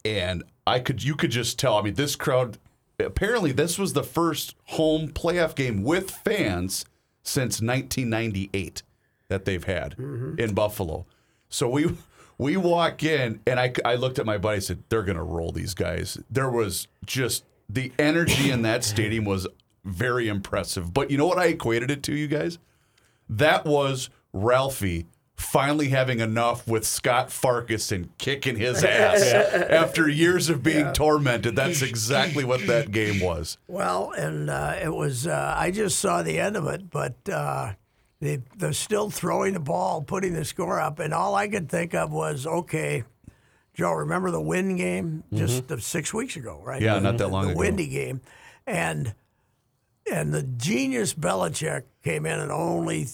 F: and I could you could just tell. I mean, this crowd. Apparently, this was the first home playoff game with fans since 1998 that they've had in Buffalo. So we we walk in, and I I looked at my buddy. and said, "They're gonna roll these guys." There was just the energy in that stadium was very impressive. But you know what I equated it to, you guys? That was Ralphie finally having enough with Scott Farkas and kicking his ass after years of being tormented. That's exactly what that game was.
B: Well, and uh, it was. Uh, I just saw the end of it, but uh, they, they're still throwing the ball, putting the score up, and all I could think of was, okay, Joe, remember the wind game just uh, six weeks ago, right?
F: Yeah, not that long
B: the
F: ago.
B: windy game, and and the genius Belichick came in and only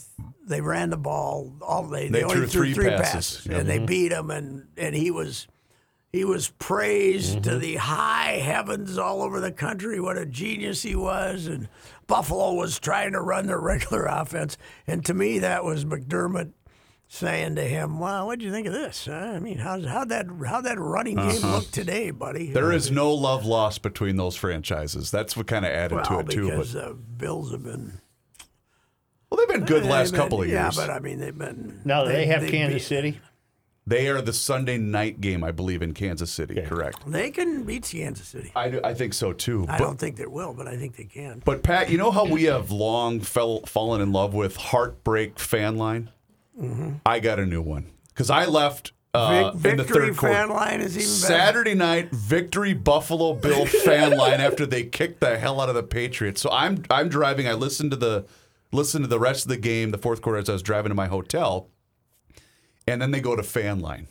B: they ran the ball all they
F: They
B: only
F: threw three passes. Yeah.
B: and they beat him and and he was he was praised to the high heavens all over the country. What a genius he was. And Buffalo was trying to run their regular offense. And to me, that was McDermott saying to him, "Well, what do you think of this? Huh? I mean, how's how that how that running game
F: Uh-huh.
B: look today, buddy?"
F: There is no love lost between those franchises. That's what kind of added
B: well,
F: to it too.
B: because
F: But,
B: the Bills have been
F: well, they've been good last
B: they've been-
F: couple of
B: Yeah,
F: years.
B: but uh, I mean, they've been
C: Now do they have
B: they've
C: Kansas
B: beat-
C: City.
F: they are the Sunday night game, I believe, in Kansas City. Correct.
B: They can beat Kansas City.
F: I, do- I think so too.
B: I
F: but,
B: don't think they will, but I think they can.
F: but Pat, you know how we have long fell, fallen in love with heartbreak fan line. I got a new one because I left uh,
B: Mm-hmm. Vic-
F: in the
B: victory
F: third quarter.
B: fan line is even better.
F: Saturday night victory Buffalo Bill fan line after they kicked the hell out of the Patriots. So I'm I'm driving. I listened to the listened to the rest of the game, the fourth quarter, as I was driving to my hotel, and then they go to fan line.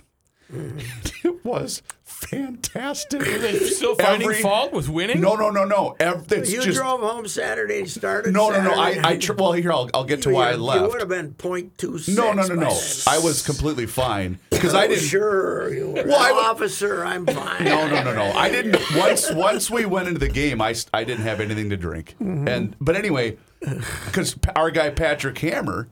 B: Mm-hmm.
F: it was fantastic. Are
E: they still finding fault with winning?
F: No, no, no, no. Ev- it's
B: you
F: just
B: drove home Saturday, started.
F: no, no, no.
B: Saturday
F: I, I
B: night.
F: tr- well here I'll, I'll get to
B: You-
F: why I
B: you- You would
F: left.
B: have been point two six.
F: No, no, no,
B: by
F: no.
B: then.
F: I was completely fine because I
B: Oh,
F: didn't.
B: Sure, you were.
F: Well, I would-
B: officer, I'm fine.
F: No, no, no, no. I didn't. Once, once we went into the game, I, s- I didn't have anything to drink.
B: Mm-hmm.
F: And but anyway, because our guy Patrick Hammer,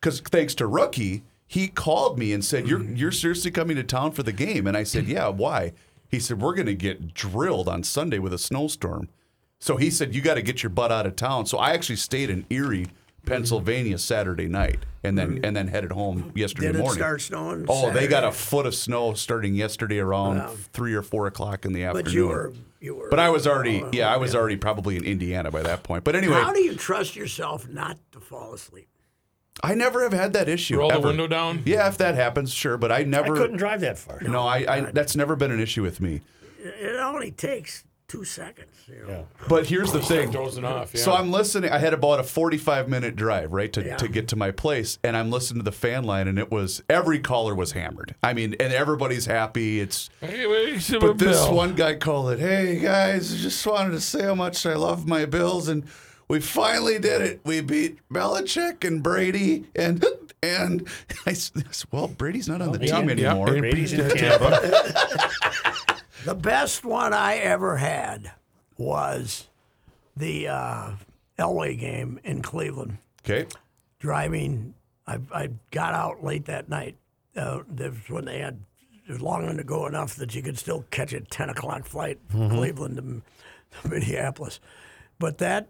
F: because thanks to Rookie, he called me and said,
B: Mm-hmm.
F: "You're you're seriously coming to town for the game?" And I said, "Yeah, why?" He said, "We're going to get drilled on Sunday with a snowstorm." So he said, "You got to get your butt out of town." So I actually stayed in Erie,
B: Mm-hmm.
F: Pennsylvania, Saturday night, and then and then headed home yesterday
B: Did it
F: morning.
B: start snowing?
F: Oh, they got
B: Saturday?
F: a foot of snow starting yesterday around three or four o'clock in the afternoon.
B: But you were, you were.
F: But I was already, yeah, I was already probably in Indiana by that point. But anyway,
B: How do you trust yourself not to fall asleep?
F: I never have had that issue.
E: Roll the
F: ever.
E: window down?
F: Yeah, if that happens, sure. But I
C: I
F: never.
C: couldn't drive that far.
F: no, I, I. That's never been an issue with me.
B: It only takes two seconds. You know?
F: But here's the thing.
E: Dozing off. Yeah.
F: So I'm listening. I had about a 45 minute drive, right, to, to get to my place, and I'm listening to the fan line, and it was every caller was hammered. I mean, and everybody's happy. It's
E: Hey, wait,
F: But this one guy called it, hey guys, I just wanted to say how much I love my Bills and we finally did it. We beat Belichick and Brady and and I s- I s- well, Brady's not on the team anymore.
C: Brady's in Tampa.
B: The best one I ever had was the uh, Elway game in Cleveland.
F: Okay.
B: driving. I, I got out late that night. Uh, that's when they had it was long enough to go enough that you could still catch a ten o'clock flight from Cleveland to, to Minneapolis. But that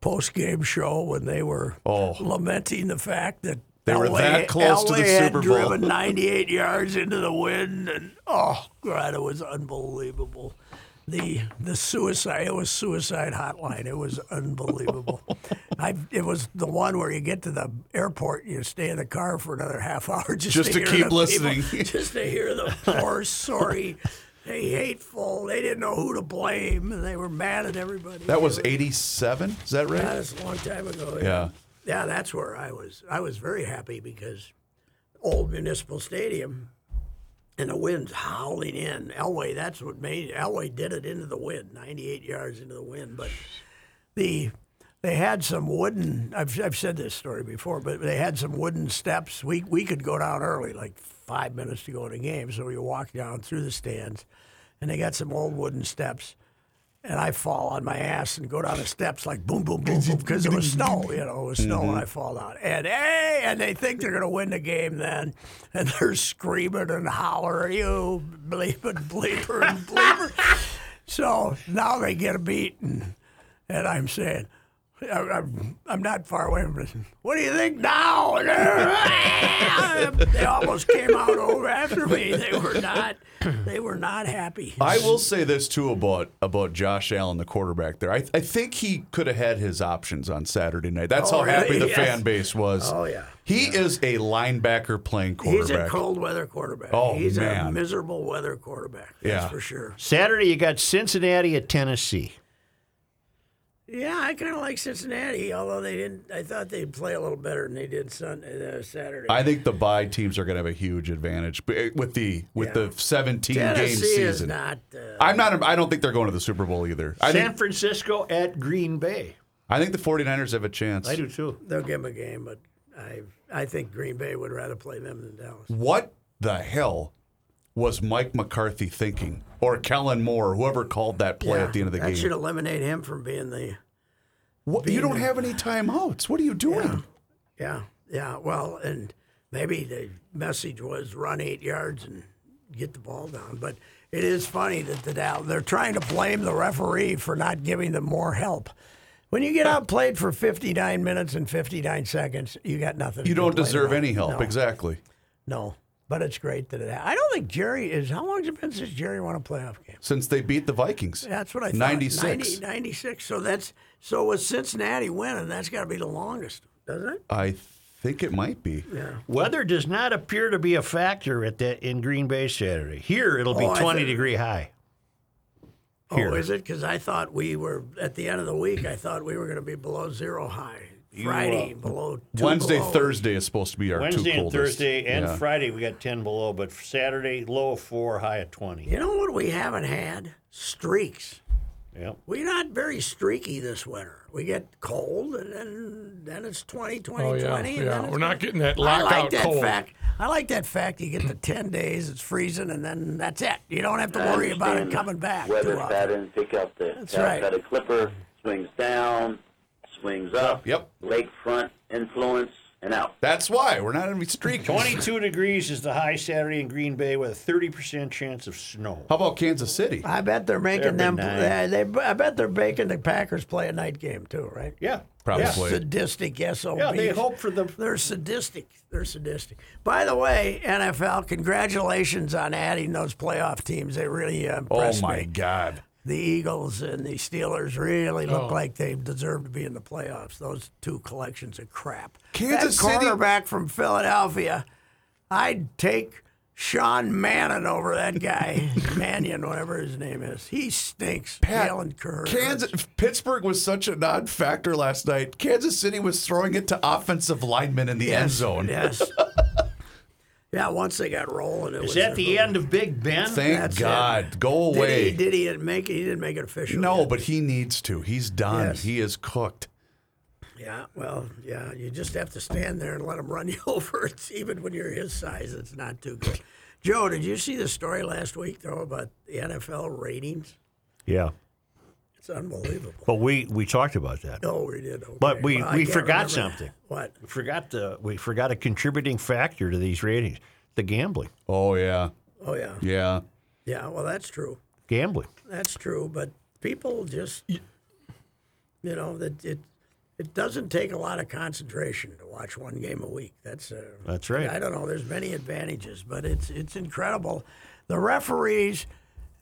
B: post game show when they were
F: Oh.
B: lamenting the fact that
F: They were that close to the
B: LA had
F: Super Bowl.
B: driven ninety eight yards into the wind, and oh god, it was unbelievable. The the suicide it was suicide hotline. It was unbelievable. I it was the one where you get to the airport and you stay in the car for another half hour just,
F: Just to
B: hear
F: keep
B: the people-
F: listening.
B: just to hear the poor sorry. They hateful. They didn't know who to blame, and they were mad at everybody.
F: That was 87, is that
B: That
F: right?
B: is a long time ago.
F: Yeah.
B: Yeah, that's where I was. I was very happy because old Municipal Stadium and the wind's howling in. Elway, that's what made Elway did it into the wind, 98 yards into the wind. But the they had some wooden. I've, I've said this story before, but they had some wooden steps. We we could go down early, like five minutes to go in a game. So we walk down through the stands, and they got some old wooden steps and I fall on my ass and go down the steps like boom, boom, boom, boom, because it was snow, you know, it was snow, and I fall down. And hey, and they think they're going to win the game then, and they're screaming and hollering, you bleep and bleeper and bleeper. so now they get a beat, and, and I'm saying, I- I'm, I'm not far away from this. What do you think now? And they're- they almost came out over after me. They were not. They were not happy.
F: I will say this too about about Josh Allen, the quarterback there. I, I think he could have had his options on Saturday night. That's
B: Oh,
F: how happy
B: really?
F: the
B: Yes.
F: fan base was.
B: Oh, yeah.
F: He is a linebacker playing quarterback.
B: He's a cold weather quarterback.
F: Oh,
B: He's a
F: man.
B: miserable weather quarterback. That's
F: Yeah.
B: for sure.
C: Saturday, you got Cincinnati at Tennessee.
B: Yeah, I kind of like Cincinnati, although they didn't. I thought they'd play a little better than they did Sunday, uh, Saturday.
F: I think the bye teams are going to have a huge advantage b- with the with the 17 game
B: Tennessee is
F: season.
B: not. Uh,
F: I'm not. I don't think they're going to the Super Bowl either. I
C: San
F: think
C: Francisco at Green Bay.
F: I think the 49ers have a chance.
C: I do too.
B: they'll give them a game, but I I think Green Bay would rather play them than Dallas.
F: What the hell was Mike McCarthy thinking, or Kellen Moore, whoever called that play
B: Yeah,
F: at the end of the
B: that
F: game?
B: should eliminate him from being the.
F: What- you don't have any timeouts. What are you doing?
B: Yeah, yeah. Well, and maybe the message was run eight yards and get the ball down. But it is funny that the Dow- they're trying to blame the referee for not giving them more help. When you get outplayed for 59 minutes and 59 seconds, you got nothing.
F: You
B: to
F: don't
B: complain
F: deserve
B: about.
F: any help.
B: No,
F: Exactly.
B: No, but it's great that it. ha- I don't think Jerry is. How long has it been since Jerry won a playoff game?
F: Since they beat the Vikings.
B: That's what I thought.
F: 96.
B: 90 96. So that's so with Cincinnati winning, that's got to be the longest, doesn't it?
F: I think it might be.
C: Weather does not appear to be a factor at that in Green Bay Saturday. Here it'll be
B: Oh, I
C: 20
B: think-
C: degree high.
B: Oh, is it? Because I thought we were at the end of the week. I thought we were going to be below zero high. Friday
F: uh,
B: below. Two
F: Wednesday,
B: below.
F: Thursday is supposed to be our two
C: Wednesday and
F: coldest.
C: Thursday and
F: Yeah.
C: Friday we got 10 below, but Saturday low of 4, high of 20.
B: You know what we haven't had? Streaks.
C: Yep.
B: We're not very streaky this winter. We get cold, and then then it's 20, 20,
E: Oh, yeah,
B: 20. and
E: yeah.
B: then it's
E: We're not getting that
B: I like
E: lockout
B: that
E: cold.
B: Fact. I like that fact. You get the 10 days, it's freezing, and then that's it. You don't have to worry about it
G: understand
B: coming back.
G: Weather
B: too often.
G: patterns pick up the
B: That's right.
G: a clipper swings down, swings up.
F: Yep.
G: Lakefront influence and out.
F: That's why we're not in a streak.
C: 22 degrees is the high Saturday in Green Bay with a 30% chance of snow.
B: Oh.
F: How about Kansas City?
B: I bet they're making
C: They're
B: them.
C: benign.
B: They, they, I bet they're making the Packers play a night game too, right?
C: Yeah.
F: Probably.
C: Yeah.
B: Sadistic SOBs.
C: Yeah, they hope for the
B: They're sadistic. They're sadistic. By the way, NFL, congratulations on adding those playoff teams. They really uh,
F: Oh
B: impressed
F: my
B: me.
F: God!
B: The Eagles and the Steelers really
C: Oh.
B: look like they deserve to be in the playoffs. Those two collections of crap.
F: Kansas
B: that
F: City-
B: quarterback from Philadelphia, I'd take Sean Mannon over that guy, Mannion, whatever his name is. He stinks.
F: Pat,
B: Jalen Kerr.
F: Kansas Pittsburgh was such a non-factor last night. Kansas City was throwing it to offensive linemen in the end zone.
B: Yes. yeah, once they got rolling, it was
C: Is that the end of Big Ben?
F: Thank
B: That's it.
F: God. Go
B: Did
F: away.
B: he, did he make it? He didn't make it official.
F: no,
B: yet.
F: but he needs to. He's done.
B: Yes.
F: He is cooked.
B: yeah, well, yeah, you just have to stand there and let him run you over. It's even when you're his size, it's not too good. Joe, did you see the story last week though about the NFL ratings?
C: Yeah.
B: It's unbelievable.
C: But we we talked about that.
B: No, we did. Okay.
C: But we-
B: Well, I
C: we
B: can't
C: forgot
B: remember.
C: something.
B: What?
C: We forgot the we forgot a contributing factor to these ratings. The gambling.
F: Oh yeah,
B: Oh yeah,
F: yeah.
B: yeah. Well, that's true.
C: Gambling.
B: That's true, but people just, you know, that it it doesn't take a lot of concentration to watch one game a week. That's uh,
C: That's right.
B: I don't know. There's many advantages, but it's it's incredible. The referees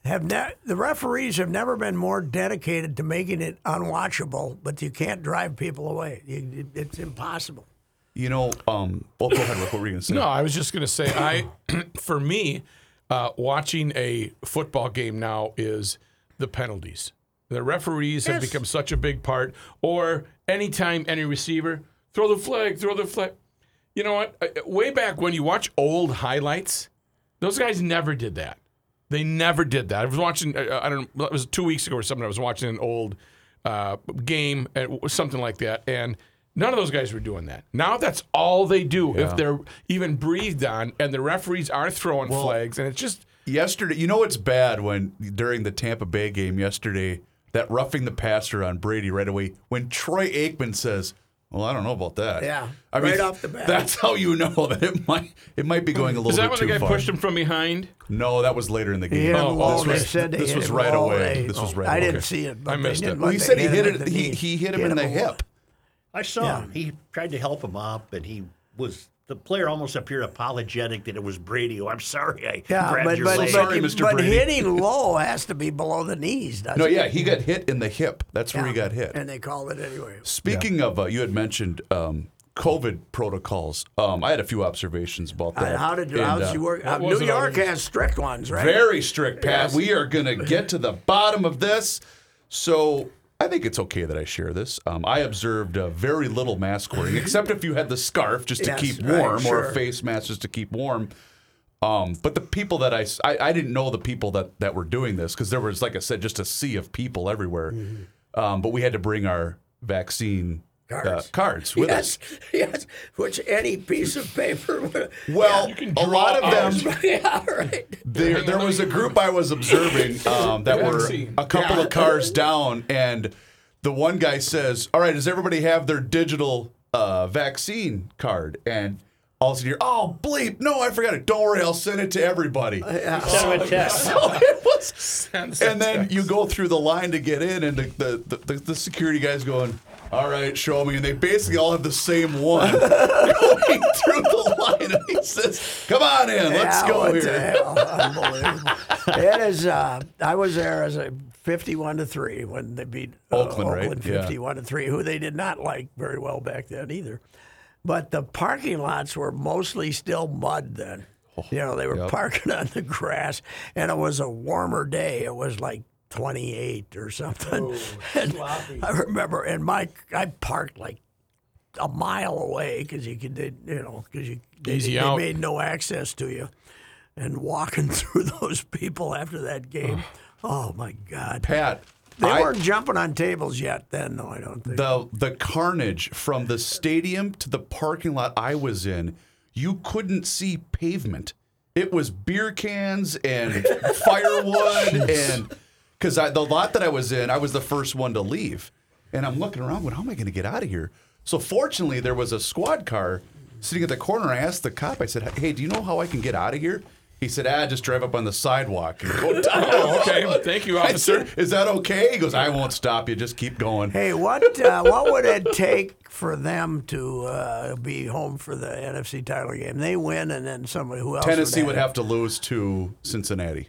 B: have ne- the referees have never been more dedicated to making it unwatchable. But you can't drive people away. You, it, it's impossible.
F: You know, um. Well, go ahead. Rick. What were you gonna say?
E: No, I was just going to say, I, for me, uh, watching a football game now is the penalties. The referees have become such a big part. Or anytime any receiver throw the flag, throw the flag. You know what? Uh, Way back when you watch old highlights, those guys never did that. They never did that. I was watching. uh, I don't. know, It was two weeks ago or something. I was watching an old uh, game, uh, something like that, and none of those guys were doing that. Now that's all they do if they're even breathed on, and the referees are throwing flags, and it's just
F: yesterday, you know it's bad when during the Tampa Bay game yesterday, that roughing the passer on Brady right away when Troy Aikman says, "Well, I don't know about that."
B: Yeah,
F: I
B: right off the bat.
F: That's how you know that it might it might be going a little
E: is that
F: bit
E: when
F: too
E: the guy
F: far.
E: pushed him from behind?
F: No, that was later in the game.
B: Hit him low.
F: Oh, this
B: They
F: was,
B: said they
F: this
B: hit
F: was
B: him
F: right
B: low.
F: away.
B: They-
F: this was right
B: I
F: away.
B: didn't see it. But
E: I
B: they
E: missed
B: didn't let
E: it.
F: Well, he
B: they
F: said he
B: him
F: hit
B: at
F: it.
B: the
F: He,
B: knee.
F: he hit him in
B: him
F: the
B: a little.
F: hip.
C: I saw him. He tried to help him up and he was the player almost appeared apologetic that it was Brady. Oh, I'm sorry. I
B: Yeah,
C: grabbed
B: but,
C: your
B: but,
C: leg.
F: Sorry,
B: but,
F: Mr.
B: but
F: Brady.
B: hitting low has to be below the knees, doesn't
F: No,
B: it?
F: yeah, he got hit in the hip. That's where he got hit.
B: And they called it anyway.
F: Speaking of, uh, you had mentioned um, COVID protocols. Um, I had a few observations about that.
B: And how did
F: And,
B: how
F: uh,
B: did you work?
E: what
B: uh,
E: was
B: New
E: it,
B: York
E: Artie?
B: has strict ones, right?
F: Very strict, Pat. We are going to get to the bottom of this. So I think it's okay that I share this. Um, I observed uh, very little mask wearing, except if you had the scarf just to
B: Yes,
F: keep
B: right,
F: warm or
B: sure.
F: a face mask just to keep warm. Um, but the people that I, s- I- I didn't know the people that, that were doing this because there was, like I said, just a sea of people everywhere. Um, but we had to bring our vaccine
B: Mm-hmm.
F: uh,
B: Cards.
F: cards with us.
B: yes, yes. Which any piece of paper would.
F: Well,
E: You can
F: a
E: draw
F: lot of
E: out.
F: them.
B: yeah, right.
F: There, there was a group I was observing um, that were
E: Vaccine.
F: a couple of cars down, and the one guy says, "All right, does everybody have their digital uh, vaccine card?" And All of a sudden, you're, oh, bleep. No, I forgot it. Don't worry. I'll send it to everybody.
C: Send him a text.
F: and then you go through the line to get in, and the, the, the, the security guy's going, all right, show me. And they basically all have the same one going through the line. And he says, come on in. Let's
B: Yeah,
F: go
B: what the
F: here.
B: hell? Unbelievable. it is. Uh, I was there as a fifty-one to three when they beat uh,
F: Oakland, right? Yeah.
B: fifty-one to three, who they did not like very well back then either. But the parking lots were mostly still mud then. You know, they were parking on the grass, and it was a warmer day. It was like. 28 or something. and I remember, and Mike, I parked like a mile away because you could, they, you know, because you they,
E: Easy
B: they
E: out.
B: made no access to you, and walking through those people after that game. oh my God!
F: Pat,
B: They
F: I-
B: weren't jumping on tables yet then, though. I don't think.
F: the the carnage from the stadium to the parking lot I was in, you couldn't see pavement. It was beer cans and firewood and because the lot that I was in, I was the first one to leave, and I'm looking around going, "How am I going to get out of here?" So fortunately, there was a squad car sitting at the corner. I asked the cop. I said, "Hey, do you know how I can get out of here?" He said, "Ah, just drive up on the sidewalk and go down."
E: Oh, okay. Thank you,
F: I
E: officer.
F: said, "Is that okay?" He goes, "I won't stop you. Just keep going."
B: hey, what uh, what would it take for them to uh, be home for the NFC title game? They win, and then somebody who else?
F: Tennessee would
B: have.
F: have to lose to Cincinnati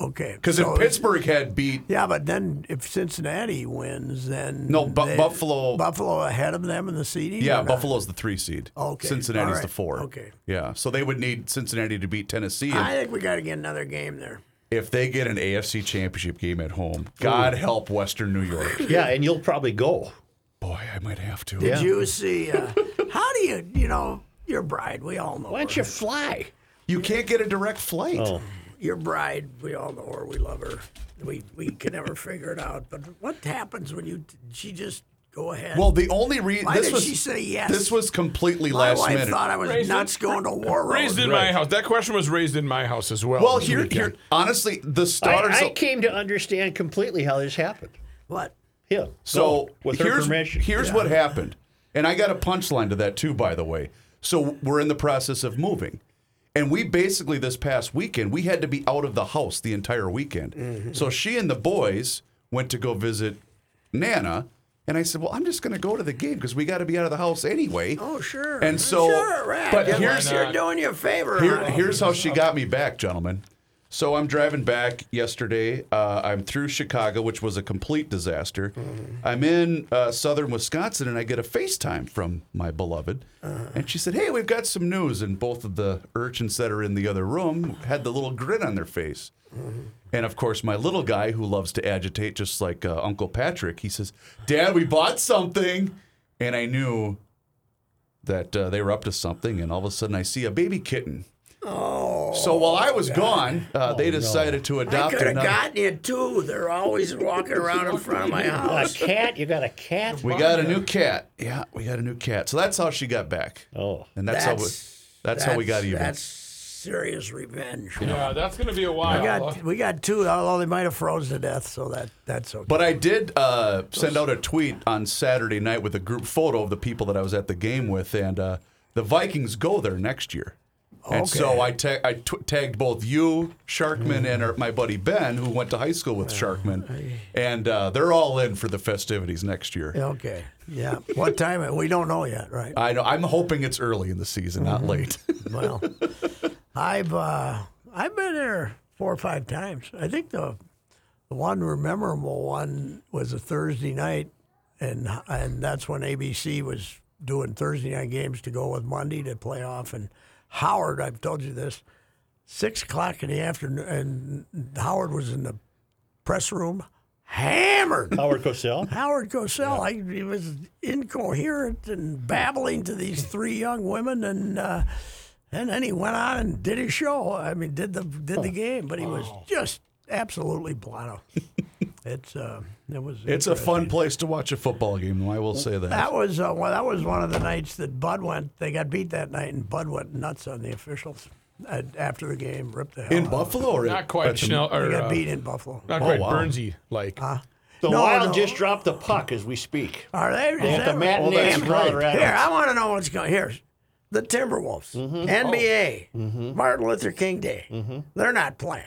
B: Okay,
F: because
B: so-
F: if Pittsburgh had beat
B: Yeah, but then if Cincinnati wins, then
F: No, Bu- Buffalo-
B: Buffalo ahead of them in the seeding. or
F: yeah
B: not?
F: Buffalo's the three seed,
B: Okay,
F: Cincinnati's
B: all right,
F: the four.
B: okay.
F: yeah, so they would need Cincinnati to beat Tennessee. And
B: I think we got to get another game there.
F: if they get an AFC Championship game at home, God help Western New York.
C: Yeah, and you'll probably go.
F: Boy, I might have to.
C: Yeah.
B: Did you see? Uh, how do you, you know, your bride? We all know.
C: Why don't
B: her.
C: you fly?
F: You can't get a direct flight.
C: Oh,
B: Your bride, we all know her. We love her. We we can never figure it out. But what happens when you? She just go ahead.
F: Well, the only reason
B: Why
F: this
B: did
F: was
B: she say yes?
F: this was completely
B: my
F: last
B: wife
F: minute.
B: thought I was nuts going to war. road.
E: Raised in my house. That question was raised in my house as well.
F: well,
E: this
F: here,
E: weekend.
F: here, honestly, the starters.
C: I, I came to understand completely how this happened.
B: What?
C: Him.
B: Oh,
F: So
C: Go, with
F: here's,
C: her permission.
F: here's what happened. And I got a punchline to that too, by the way. So we're in the process of moving. And we basically this past weekend, we had to be out of the house the entire weekend.
B: Mm-hmm.
F: So she and the boys went to go visit Nana. And I said, Well, I'm just gonna go to the game because we gotta be out of the house anyway.
B: Oh sure.
F: And so-
B: sure, right.
F: but
B: Yeah,
F: here's-
B: you're doing you a favor.
F: Here,
B: huh?
F: here's how she got me back, gentlemen. So I'm driving back yesterday. Uh, I'm through Chicago, which was a complete disaster. I'm in uh, southern Wisconsin, and I get a FaceTime from my beloved, and she said, "Hey, we've got some news." And both of the urchins that are in the other room had the little grin on their face. And of course, my little guy who loves to agitate, just like uh, Uncle Patrick, he says, "Dad, we bought something," and I knew that uh, they were up to something. And all of a sudden, I see a baby kitten. Oh! So while I was gone, uh, they decided to
B: I
F: adopt
B: could have
F: another.
B: gotten you too. They're always walking around in front of my
C: A
B: house.
C: cat? You got a cat?
F: we got a new cat. Yeah, we got a new cat. So that's how she got back.
C: Oh.
F: And that's, how we, that's, how we got even.
B: That's serious revenge.
E: Yeah, that's going to be a
B: We
E: while.
B: got we got two, although they might have froze to death, so that that's okay.
F: But I did uh, send out a tweet on Saturday night with a group photo of the people that I was at the game with, and uh, the Vikings go there next year. And so
B: Okay.
F: I, ta- I tw- tagged both you, Sharkman, and our, my buddy Ben, who went to high school with Sharkman, and uh, they're all in for the festivities next year.
B: okay, yeah. What time? We don't know yet, right?
F: I know. I'm hoping it's early in the season, not
B: Mm-hmm.
F: late.
B: Well, I've uh, I've been there four or five times. I think the the one memorable one was a Thursday night, and and that's when ABC was doing Thursday night games to go with Monday to play off. And Howard, I've told you this, six o'clock in the afternoon, and Howard was in the press room, hammered.
C: Howard Cosell?
B: Howard Cosell, I, he was incoherent and babbling to these three young women, and uh, and then he went on and did his show. I mean, did the did the game, but he was
F: Oh,
B: just absolutely blotto. it's uh, it was
F: it's a fun place to watch a football game, though, I will say that.
B: that was uh, well, that was one of the nights that Bud went. They got beat that night, and Bud went nuts on the officials uh, after the game. Ripped the hell out
F: in
B: of
F: Buffalo, or
E: not
F: at-
E: quite
F: at the-
E: Schnell
B: them.
E: or
B: They got
E: uh,
B: beat in Buffalo.
E: not quite
F: Oh, wow. Ah.
E: Burnsy like.
C: The
B: No,
C: Wild
B: no.
C: just dropped the puck as we speak.
B: Are they? is
C: At the
B: that-
C: matinee
B: Well, that's
C: in Colorado.
B: Here, I want to know what's going. Here's the Timberwolves, NBA, Martin Luther King Day. They're not playing.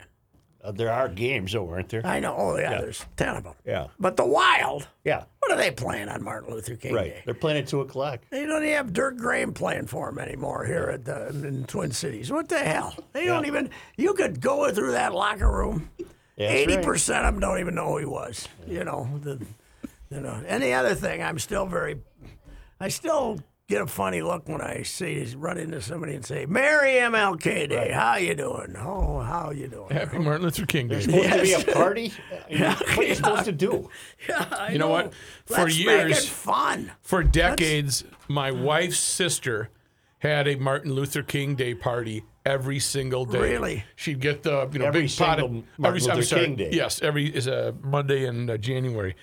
C: Uh, there are games, though, aren't there?
B: I know. Oh, yeah, there's 10 of them.
C: Yeah.
B: But the Wild,
C: Yeah.
B: what are they playing on Martin Luther King
C: Right.
B: Day?
C: They're playing at two o'clock.
B: They don't even have Dirk Graham playing for them anymore here at the, in Twin Cities. What the hell? They don't even, you could go through that locker room.
C: that's
B: Eighty
C: right.
B: percent of them don't even know who he was. You know, the, you know. And the other thing, I'm still very, I still get a funny look when I see run into somebody and say, "Merry MLK Day. How you doing? Oh, how you doing?"
E: Happy Martin Luther King Day.
C: Supposed to be a party. What are you supposed to do?
B: Yeah, I
E: You know what? For
B: Let's make it
E: years-
B: fun.
E: For decades, my wife's sister had a Martin Luther King Day party every single day.
B: Really?
E: She'd get the you know
C: Every
E: big pot of
C: single Martin
E: I'm
C: Luther
E: sorry,
C: King Day.
E: Yes, every is a Monday in uh, January.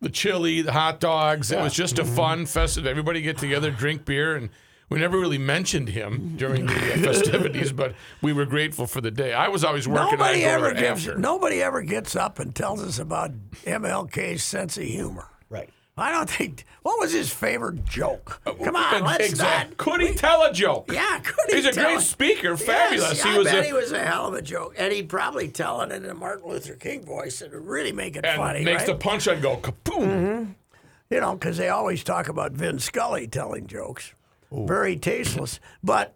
E: The chili, the hot dogs. It was just
B: Mm-hmm.
E: a fun festive. Everybody get together, drink beer, and we never really mentioned him during the uh, festivities, but we were grateful for the day. I was always working.
B: Nobody
E: I'd go
B: ever
E: there
B: gives.
E: after.
B: Nobody ever gets up and tells us about MLK's sense of humor.
C: Right.
B: I don't think. What was his favorite joke? Come on, let's
E: Uh, Exact-
B: not.
E: Could he tell a joke?
B: Yeah, could he
E: He's a
B: tell
E: great
B: it?
E: speaker. Fabulous.
B: Yes, I
E: he was
B: bet
E: a,
B: he was a hell of a joke, and he'd probably tell it in a Martin Luther King voice. It would really make it
E: and
B: funny,
E: makes
B: right?
E: the punchline go kaboom.
B: you know, because they always talk about Vin Scully telling jokes, very tasteless, but.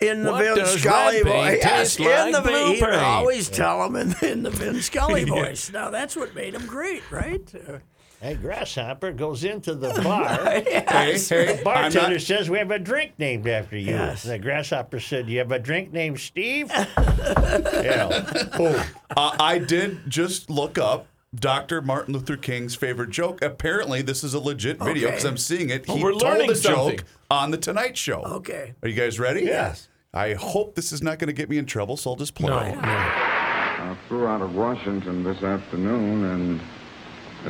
B: In the
H: What
B: Vin
H: does
B: Scully
H: red paint
B: voice, yes,
H: taste
B: in
H: like
B: the Vin, he'd
H: blue paint?
B: always tell him in, in the Vin Scully voice. Now that's what made him great, right? Uh,
C: Hey, Grasshopper goes into the bar.
B: yes.
C: The bartender says, We have a drink named after you.
B: Yes.
C: The Grasshopper said, You have a drink named Steve? yeah.
F: Uh, I did just look up Dr. Martin Luther King's favorite joke. Apparently, this is a legit video
B: Okay.
F: because I'm seeing it. He
E: we're
F: told
E: learning
F: the
E: something.
F: joke on the Tonight Show.
B: Okay.
F: Are you guys ready?
C: Yes.
F: I hope this is not going to get me in trouble, so I'll just play.
E: No,
F: it.
E: no.
I: I flew out of Washington this afternoon, and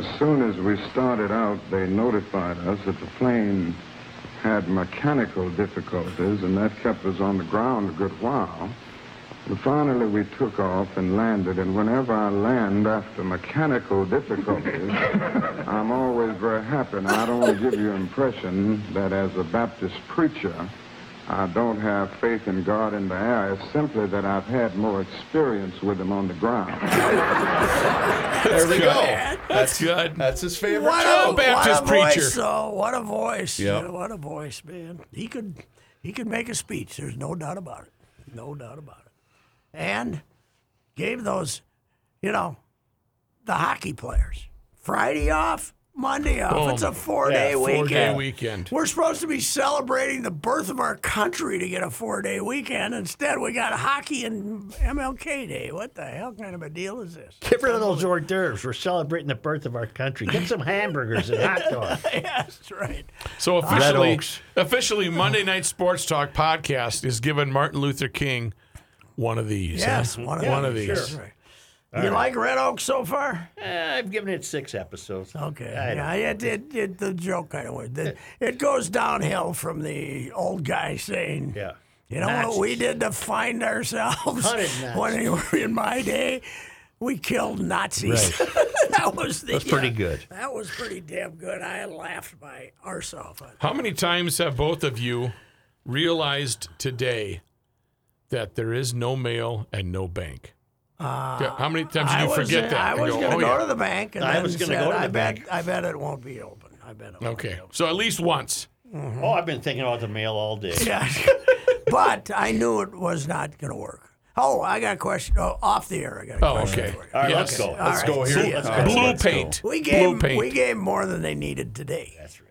I: as soon as we started out, they notified us that the plane had mechanical difficulties, and that kept us on the ground a good while. And finally, we took off and landed, and whenever I land after mechanical difficulties, I'm always very happy. Now, I don't want to give you the impression that as a Baptist preacher, I don't have faith in God in the air. It's simply that I've had more experience with him on the ground.
F: There we go.
B: That's
E: That's good.
F: That's his favorite
B: What
F: joke.
B: a,
E: Oh, Baptist
B: what a
E: preacher.
B: Voice, though. What a voice.
F: Yep.
B: Yeah, What a voice, man. He could he could make a speech. There's no doubt about it. No doubt about it. And gave those, you know, the hockey players. Friday off, Monday off.
E: Boom.
B: It's a four day weekend.
E: Four-day weekend.
B: We're supposed to be celebrating the birth of our country to get a four day weekend. Instead, we got hockey and MLK Day. What the hell kind of a deal is this?
C: Get rid of those hors d'oeuvres. We're celebrating the birth of our country. Get some hamburgers and hot dogs.
B: yes, that's right.
E: So officially,
C: Oaks.
E: officially, Monday Night Sports Talk podcast is giving Martin Luther King one of these.
B: Yes,
E: huh?
B: one of,
E: one of
B: these.
E: these.
B: Sure. you like Red Oak so far?
C: Eh, I've given it six episodes.
B: Okay.
C: I know.
B: Uh, Yeah, it, it, it, the joke kind of went. It, it goes downhill from the old guy saying,
C: Yeah.
B: you know what we did to find ourselves
C: Hunted
B: when we were in my day? We killed Nazis. that was the,
C: That's pretty good.
B: That was pretty damn good. I laughed my arse off. on it.
E: How many times have both of you realized today that there is no mail and no bank? Uh, How many times did
B: I
E: you
B: was,
E: forget that?
B: I
E: and
B: was
E: go,
B: going to
E: "Oh,
B: go
E: yeah."
B: to the bank, and
C: I
B: then
C: was gonna
B: said,
C: go to the
B: I
C: bank."
B: Bet, I bet it won't be open. I bet it won't
E: Okay, so at least once.
C: Oh, I've been thinking about the mail all day.
B: Yeah. but I knew it was not going to work. Oh, I got a question. Oh, off the air, I got a
E: Oh,
B: question.
E: okay.
B: for you.
C: All right,
E: Yes.
C: let's go.
B: All
F: Let's
B: right,
F: go
B: see
F: here.
B: ya.
F: Uh,
E: Blue
F: let's go.
E: paint.
B: We
E: Blue
B: gave
E: paint.
B: we gave more than they needed today. That's right.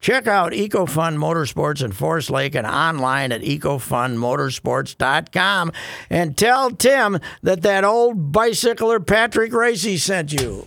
D: Check out EcoFun Motorsports in Forest Lake and online at EcoFunMotorsports.com and tell Tim that that old bicycler Patrick Racy sent you.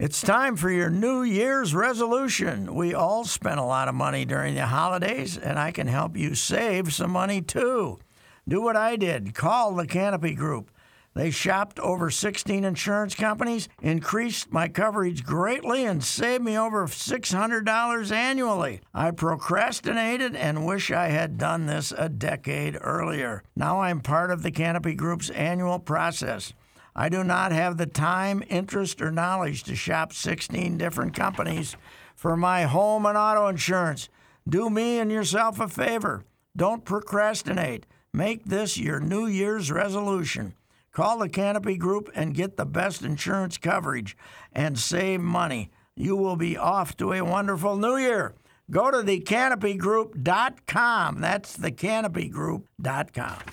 D: It's time for your New Year's resolution. We all spent a lot of money during the holidays, and I can help you save some money too. Do what I did call the Canopy Group. They shopped over 16 insurance companies, increased my coverage greatly, and saved me over $600 annually. I procrastinated and wish I had done this a decade earlier. Now I'm part of the Canopy Group's annual process. I do not have the time, interest, or knowledge to shop 16 different companies for my home and auto insurance. Do me and yourself a favor. Don't procrastinate. Make this your New Year's resolution. Call the Canopy Group and get the best insurance coverage and save money. You will be off to a wonderful new year. Go to thecanopygroup.com. That's thecanopygroup.com.